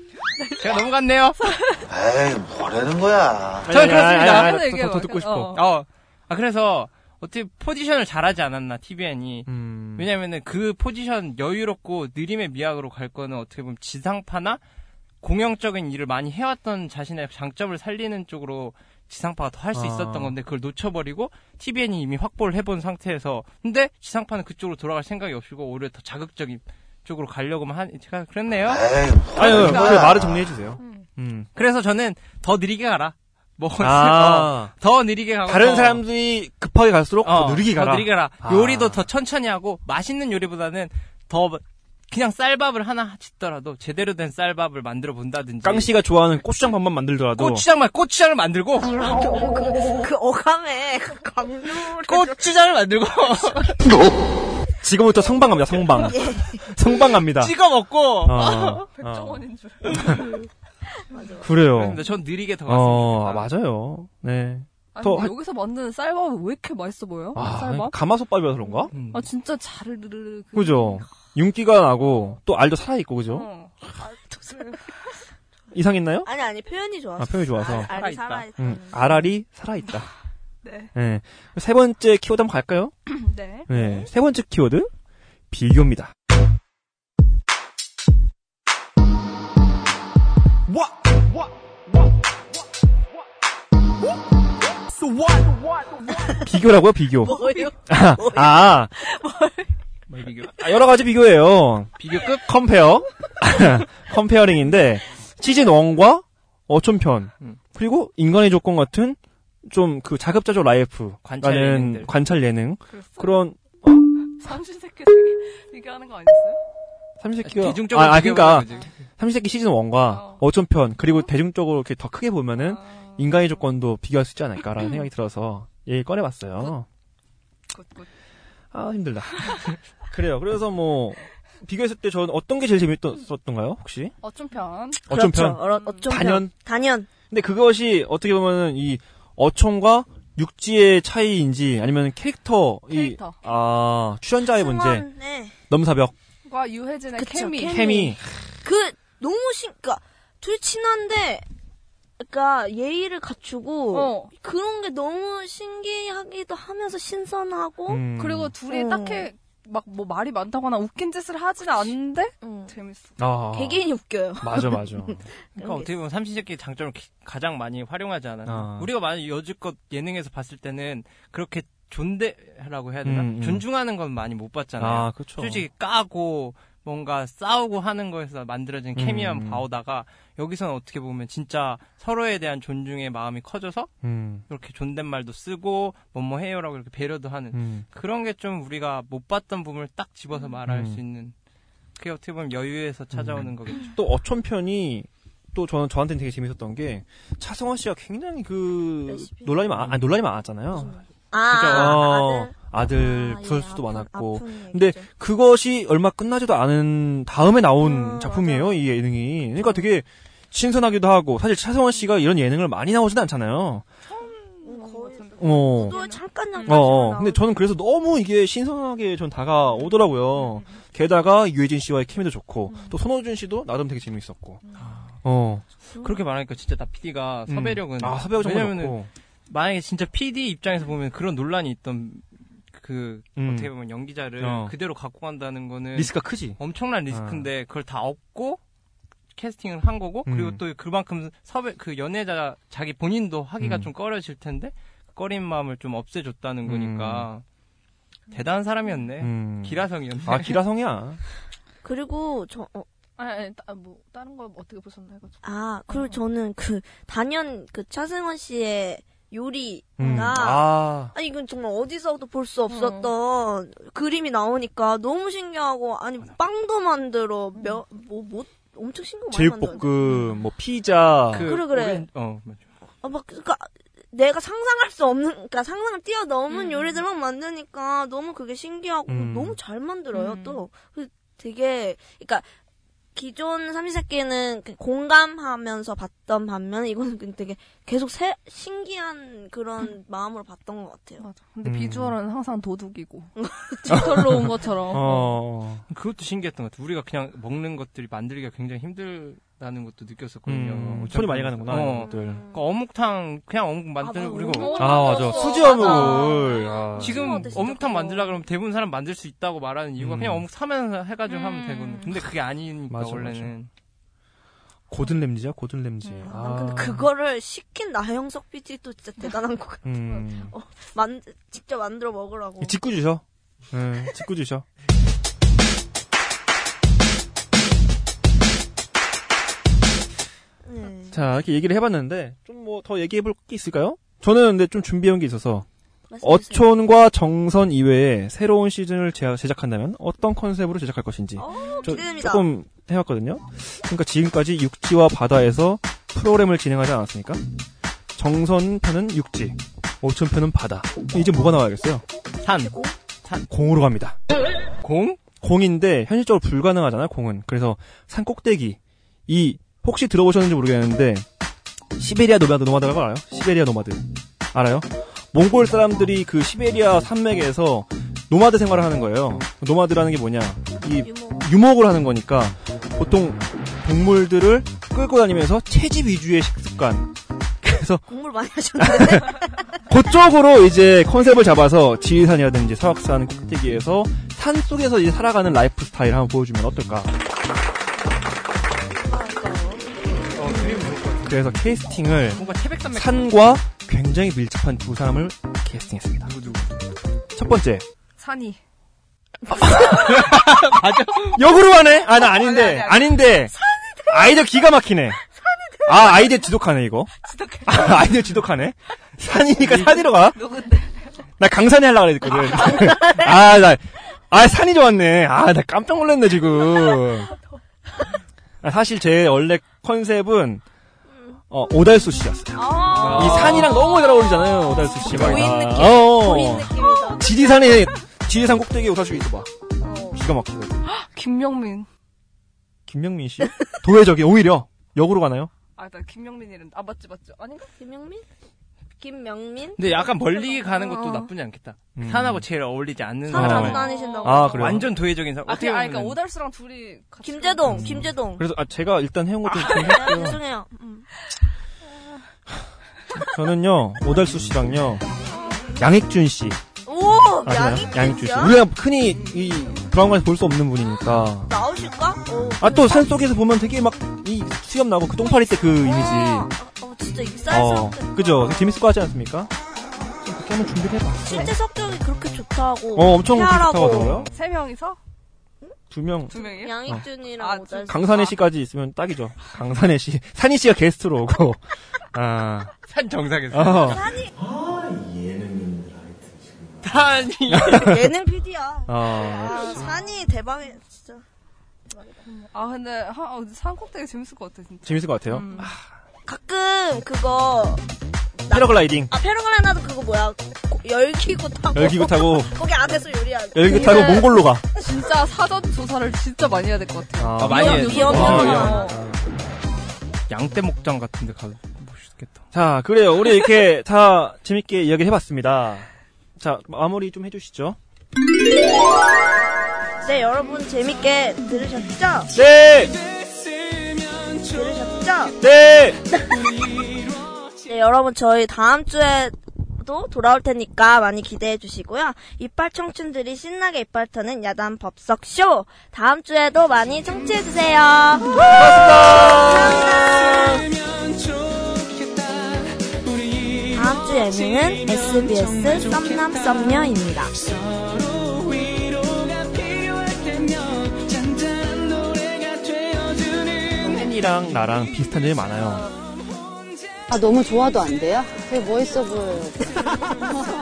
S10: 제가 넘어갔네요.
S5: 에이, 뭐라는 거야.
S1: 아니, 아니, 아니, 아니, 아니, 더,
S9: 하나
S1: 더, 더 듣고
S9: 얘기해봐.
S1: 싶어.
S9: 어.
S10: 어. 아 그래서 어떻게 포지션을 잘하지 않았나 TVN이
S1: 음.
S10: 왜냐면은 그 포지션 여유롭고 느림의 미학으로 갈 거는 어떻게 보면 지상파나 공영적인 일을 많이 해왔던 자신의 장점을 살리는 쪽으로 지상파가 더 할 수
S1: 아.
S10: 있었던 건데 그걸 놓쳐버리고 TVN이 이미 확보를 해본 상태에서 근데 지상파는 그쪽으로 돌아갈 생각이 없이고 오히려 더 자극적인 쪽으로 가려고만 한 제가 그랬네요.
S5: 에이,
S1: 아니, 아니,
S5: 뭐라는
S1: 그래,
S5: 거야.
S1: 말을 정리해 주세요. 음.
S10: 그래서 저는 더 느리게 가라. 뭐 (laughs) 어,
S1: 아,
S10: 더 느리게 가고
S1: 다른
S10: 더-
S1: 사람들이 급하게 갈수록
S10: 어,
S1: 더 느리게 가라.
S10: 더 느리게 가라.
S1: 아.
S10: 요리도 더 천천히 하고 맛있는 요리보다는 더 그냥 쌀밥을 하나 짓더라도 제대로 된 쌀밥을 만들어 본다든지.
S1: 깡 씨가 좋아하는 고추장밥만 만들더라도
S10: 고추장만 고추장을 만들고
S7: 아,
S1: 어,
S7: 그 어감에 강렬.
S10: 고추장을 만들고
S1: 지금부터 성방 갑니다. 성방. 성방 갑니다.
S10: (laughs) 찍어 먹고.
S1: 어, 어.
S9: 백종원인 줄.
S1: 그래요.
S10: 근데 전 느리게 더
S1: 어, 아,
S10: 갔습니다.
S1: 맞아요. 네.
S9: 아니,
S1: 더
S9: 근데
S1: 하-
S9: 여기서 만드는 쌀밥이 왜 이렇게 맛있어 보여?
S1: 아,
S9: 쌀밥?
S1: 가마솥밥이라서 그런가?
S10: 음.
S7: 어,
S9: 아, 진짜 자르르르. 그-
S1: 그죠. 윤기가 나고 또 알도 살아 있고 그죠?
S9: 어.
S1: 이상했나요?
S2: 뭐-
S7: 아니 아니 표현이 좋아서.
S1: 아, 표현이 좋아서.
S7: 알-
S10: 살아있다.
S7: 알이 살아있다.
S1: 음, 알알이 살아 있다.
S9: 네.
S1: 네. 세 번째 키워드 한번 갈까요?
S9: 네.
S1: 네. 세 번째 키워드 비교입니다. 비교라고요, 비교.
S7: 뭐요?
S1: 아, 아,
S10: 뭐 비교
S1: 아, 여러 가지 비교예요.
S10: 비교급
S1: 컴페어, (laughs) 컴페어링인데 시즌 1과 어촌편
S10: 음.
S1: 그리고 인간의 조건 같은 좀 그 자급자족
S10: 관찰
S1: 라이프라는
S10: 예능들.
S1: 관찰 예능
S9: 그랬어.
S1: 그런
S9: 삼시세끼 되게 (laughs) 얘기하는 거 아니었어요?
S1: 삼시세끼가
S10: 대중적으로
S1: 아, 아 그러니까
S10: 비교해보는 거지.
S1: 삼시세끼 시즌 1과
S9: 어.
S1: 어. 촌편 그리고 대중적으로 이렇게 더 크게 보면은
S9: 아,
S1: 인간의 조건도 비교할 수 있지
S10: (laughs)
S1: 않을까라는 생각이 들어서 얘기 꺼내봤어요.
S9: 굿굿.
S1: 아
S10: (laughs)
S1: 힘들다. 그래요. 그래서 뭐 비교했을 때 저는 어떤 게 제일 재밌었던가요 혹시?
S9: 어촌편.
S1: 어촌편
S2: 그렇죠. 어, 어촌편.
S1: 단연
S2: 단연.
S1: 근데 그것이 어떻게 보면은 이 어촌과 육지의 차이인지 아니면 캐릭터,
S9: 캐릭터.
S1: 이, 아, 출연자의 문제,
S7: 네.
S1: 넘사벽,
S9: 과 유해진의
S2: 그쵸,
S9: 케미.
S2: 케미.
S1: 케미.
S2: 그 너무 신, 그러니까 둘 친한데, 그러니까 예의를 갖추고
S9: 어.
S2: 그런 게 너무 신기하기도 하면서 신선하고.
S1: 음.
S9: 그리고 둘이
S2: 어.
S9: 딱히 막 뭐 말이 많다거나 웃긴 짓을 하진 않는데
S2: 음.
S9: 재밌어.
S1: 아.
S2: 개개인이 웃겨요.
S1: 맞아, 맞아.
S10: 그러니까 어떻게 보면 삼시세끼 장점을 기- 가장 많이 활용하지 않았나.
S1: 아.
S10: 우리가 많이 여지껏 예능에서 봤을 때는 그렇게 존대라고 해야 되나?
S1: 음, 음.
S10: 존중하는 건 많이 못 봤잖아요.
S1: 아, 그쵸.
S10: 솔직히 까고 뭔가 싸우고 하는 거에서 만들어진 케미만
S1: 음.
S10: 봐오다가 여기서는 어떻게 보면 진짜 서로에 대한 존중의 마음이 커져서
S1: 음.
S10: 이렇게 존댓말도 쓰고 뭐뭐 해요라고 이렇게 배려도 하는
S1: 음.
S10: 그런 게 좀 우리가 못 봤던 부분을 딱 집어서 말할
S1: 음.
S10: 수 있는 그게 어떻게 보면 여유에서 찾아오는 거겠죠.
S1: 또 어촌편이 또 저는 저한테는 되게 재밌었던 게 차승원 씨가 굉장히 그
S2: 열심히.
S1: 논란이 많, 아니 논란이 많았잖아요.
S2: 아,
S1: 어,
S2: 아들.
S1: 아들
S2: 아,
S1: 구설
S2: 예,
S1: 수도
S2: 아픈-
S1: 많았고.
S2: 아픈 얘기죠.
S1: 근데 그것이 얼마 끝나지도 않은 다음에 나온
S2: 음,
S1: 작품이에요
S2: 맞아.
S1: 이 예능이. 그러니까 되게 신선하기도 하고 사실 차승원 씨가 이런 예능을 많이 나오진 않잖아요.
S2: 음,
S9: 음,
S2: 거의
S1: 어.
S2: 또 잠깐 잠깐.
S1: 어, 어. 근데 저는 그래서 너무 이게 신선하게 전
S2: 음.
S1: 다가오더라고요. 게다가 유해진 씨와의 케미도 좋고, 또 손호준 씨도 나름 되게 재미있었고.
S2: 음.
S1: 어.
S10: 그렇게 말하니까 진짜 나 PD가
S1: 음.
S10: 섭외력은
S1: 아, 섭외력 정말
S10: 왜냐면은
S1: 좋고.
S10: 만약에 진짜 PD 입장에서 보면 그런 논란이 있던 그
S1: 음.
S10: 어떻게 보면 어, 연기자를
S1: 어.
S10: 그대로 갖고 간다는 거는
S1: 리스크가 크지.
S10: 엄청난 리스크인데 그걸 다 업고 캐스팅을 한 거고
S1: 아. 음.
S10: 그리고 또 그만큼 섭외 그 연애자 자기 본인도 하기가
S1: 음.
S10: 좀 꺼려질 텐데 그 꺼린 마음을 좀 없애줬다는 거니까 대단한 사람이었네
S1: 음.
S10: 기라성이었네 (laughs)
S1: 아 기라성이야.
S2: 그리고 저 어,
S9: 아니, 아니 따- 뭐 다른 거 어떻게 보셨나 해가지고.
S2: 아,
S1: 음.
S2: 그리고 저는 그 단연 그 차승원 씨의 요리가
S1: 음. 아. 음.
S2: 아니 이건 정말 어디서도 볼 수 없었던 그림이 나오니까 너무 신기하고 아니 빵도 만들어 몇뭐못 엄청 신경 많이 만들어.
S1: 제육볶음, 뭐 피자,
S2: 그래, 그래.
S10: 오렌- 어 맞아.
S2: 아, 막 그러니까 내가 상상할 수 없는 그러니까 상상을 뛰어넘은 요리들 막 만드니까 너무 그게 신기하고
S1: 음.
S2: 너무 잘 만들어요
S9: 음.
S2: 또. 그 되게 그러니까 기존 삼시세끼는 그 공감하면서 봤던 반면 이거는 그냥 되게 계속 새, 신기한 그런 마음으로 봤던 것 같아요.
S9: 맞아. 근데
S1: 음.
S9: 비주얼은 항상 (laughs) 도둑이고 집털로 온 것처럼.
S1: 어.
S10: 그것도 신기했던 것 같아. 우리가 그냥 먹는 것들이 만들기가 굉장히 힘들다는 것도 느꼈었거든요.
S1: 음,
S10: 어차피-
S1: 손이 많이 가는구나.
S10: 어.
S1: 이런 것들.
S10: 그러니까 어묵탕 그냥 어묵
S2: 아,
S10: 만드는
S2: 맞아.
S10: 그리고
S2: 어묵.
S1: 아 맞아.
S9: 맞아.
S1: 수지 어묵을. 아.
S10: 지금
S2: 맞아, 진짜
S10: 어묵탕
S2: 그거.
S10: 만들라 그러면 대부분 사람 만들 수 있다고 말하는 이유가
S1: 음.
S10: 그냥 어묵 사면서 해가지고 하면
S9: 음.
S10: 되거든. 근데 그게 아니니까
S1: 맞아,
S10: 원래는.
S1: 고든 램지야 고든 램지.
S9: 음,
S1: 아.
S2: 근데 그거를 시킨 나영석 PD도 진짜 대단한 것 같아.
S1: 음.
S2: 만 직접 만들어 먹으라고.
S1: 짓고 주셔. 응, 짓고 주셔.
S2: 네.
S1: 자 이렇게 얘기를 해봤는데 좀 뭐 더 얘기해볼 게 있을까요? 저는 근데 좀 준비해온 게 있어서
S2: 말씀해주세요.
S1: 어촌과 정선 이외에 새로운 시즌을 제- 제작한다면 어떤 컨셉으로 제작할 것인지
S2: 어,
S1: 저
S2: 기대됩니다.
S1: 조금 해왔거든요. 그러니까 지금까지 육지와 바다에서 프로그램을 진행하지 않았습니까? 정선 편은 육지, 오천 편은 바다. 이제 뭐가 나와야겠어요?
S10: 산.
S1: 공으로 갑니다.
S10: 공?
S1: 공인데 현실적으로 불가능하잖아 공은. 그래서 산 꼭대기 이 혹시 들어보셨는지 모르겠는데 시베리아 노마드 노마드라고 알아요? 시베리아 노마드 알아요? 몽골 사람들이 그 시베리아 산맥에서 노마드 생활을 하는 거예요. 노마드라는 게 뭐냐? 이
S2: 유머.
S1: 유목을 하는 거니까 보통 동물들을 끌고 다니면서 채집 위주의 식습관. 그래서
S2: 공부를 많이 하셨는데
S1: (laughs) 그쪽으로 이제 컨셉을 잡아서 지리산이라든지 설악산 꼭대기에서 산 속에서 이제 살아가는 라이프 스타일 한번 보여주면 어떨까?
S10: 어, 그림 보니까
S1: 그래서 캐스팅을
S10: 뭔가 태백산맥
S1: 산과 굉장히 밀접한 두 사람을 캐스팅했습니다.
S10: 누구?
S1: 첫 번째
S9: 산이.
S1: 역으로 하네? 아 나 아닌데 아닌데 아이디어 기가 막히네. 아 아이디어 지독하네 이거. 아, 아이디어 지독하네. 산이니까 산이로 가.
S9: 누군데?
S1: 나 강산이 하려고 그랬거든. 어, (laughs) 아, 나, 아, 산이 좋았네. 아, 나 깜짝 놀랐네, 지금. 아, 사실 제 원래 컨셉은, 어, 오달수 씨였어요.
S9: 아.
S1: 이 산이랑 너무 잘 어울리잖아요, 오달수 씨가.
S2: 고인
S1: 아,
S2: 느낌.
S1: 어.
S2: 보인 느낌이다.
S1: 지리산에, 지리산 꼭대기에 오달수 있어봐. 기가 막히고.
S9: 김명민.
S1: 김명민 씨? 도회적이 오히려 역으로 가나요?
S9: 아, 나 김명민 이름. 아, 맞지, 맞지. 아닌가?
S2: 김영민? 김명민
S10: 근데 약간 멀리 가는
S2: 어.
S10: 것도 나쁘지 않겠다.
S1: 음.
S10: 산하고 제일 어울리지 않는
S1: 산을
S10: 사람.
S1: 안
S2: 다니신다고.
S1: 네. 아 그래요.
S10: 완전 도회적인 사람.
S9: 아,
S10: 어떻게
S9: 그, 아, 그러니까
S10: 보면은.
S9: 오달수랑 둘이 같이.
S2: 김재동 김재동
S1: 그래서 아 제가 일단 해온 것좀
S2: 아,
S1: 공개할게요.
S2: 죄송해요 음.
S1: 저는요 오달수 씨랑요 양익준 씨
S2: 오
S1: 아시나요? 양익준 씨.
S2: 양이야
S1: 우리가 흔히 이 브라운관에서 볼 수 없는 분이니까.
S2: 나오실까? 오,
S1: 아 또 산 속에서 보면 되게 막 이 수염 나고 그 똥파리 때 그
S2: 어,
S1: 이미지.
S2: 어, 진짜
S1: 어,
S2: 익살스럽겠다.
S1: 그죠? 되게 재밌을 것 같지 않습니까? 좀 그렇게 한번 준비를 해봐.
S2: 실제 성격이 그렇게 좋다고.
S1: 어, 엄청
S2: 피하라고.
S1: 좋다고 하더라고요.
S9: 세 명이서?
S1: 두 명.
S9: 두 명이요?
S2: 양익준이랑
S9: 아,
S2: 오달수.
S1: 강산혜 씨까지 있으면 딱이죠. 강산혜 씨. 산희 씨가 게스트로 오고. 아.
S10: (laughs) 산 정상에서.
S1: 어. 아.
S10: 산이
S2: 아, 예능 PD야.
S1: 어.
S2: 아, 산이 대박이야, 진짜.
S9: 아, 근데, 하, 어, 산콕 되게 재밌을 것 같아, 진짜.
S1: 재밌을 것 같아요.
S9: 음.
S2: 가끔 그거,
S1: 패러글라이딩.
S2: 아, 페르글라나도 그거 뭐야. 고- 열기구 타고.
S1: 열기구 타고.
S2: 거기 안에서 요리하는.
S1: 열기 타고 몽골로 가.
S9: 진짜 사전 조사를 진짜 많이 해야 될 것 같아요.
S1: 아, 예.
S10: 많이 해야 돼.
S2: 위험,
S10: 와,
S2: 위험.
S10: 양떼 목장 같은데 가도 멋있겠다.
S1: 자, 그래요. 우리 (laughs) 이렇게 다 재밌게 이야기 해봤습니다. 자, 마무리 좀 해주시죠.
S2: 네, 여러분 재밌게 들으셨죠?
S1: 네!
S2: 들으셨죠?
S1: 네!
S2: 네, 여러분 저희 다음 주에 도 돌아올 테니까 많이 기대해 주시고요. 이빨 청춘들이 신나게 이빨 터는 야단 법석 쇼 다음 주에도 많이 청취해 주세요. 다음 주 예능은 SBS 썸남 썸녀입니다.
S1: 팬이랑 나랑 비슷한 점이 많아요.
S3: 아, 너무 좋아도 안 돼요? 되게 멋있어 보여요.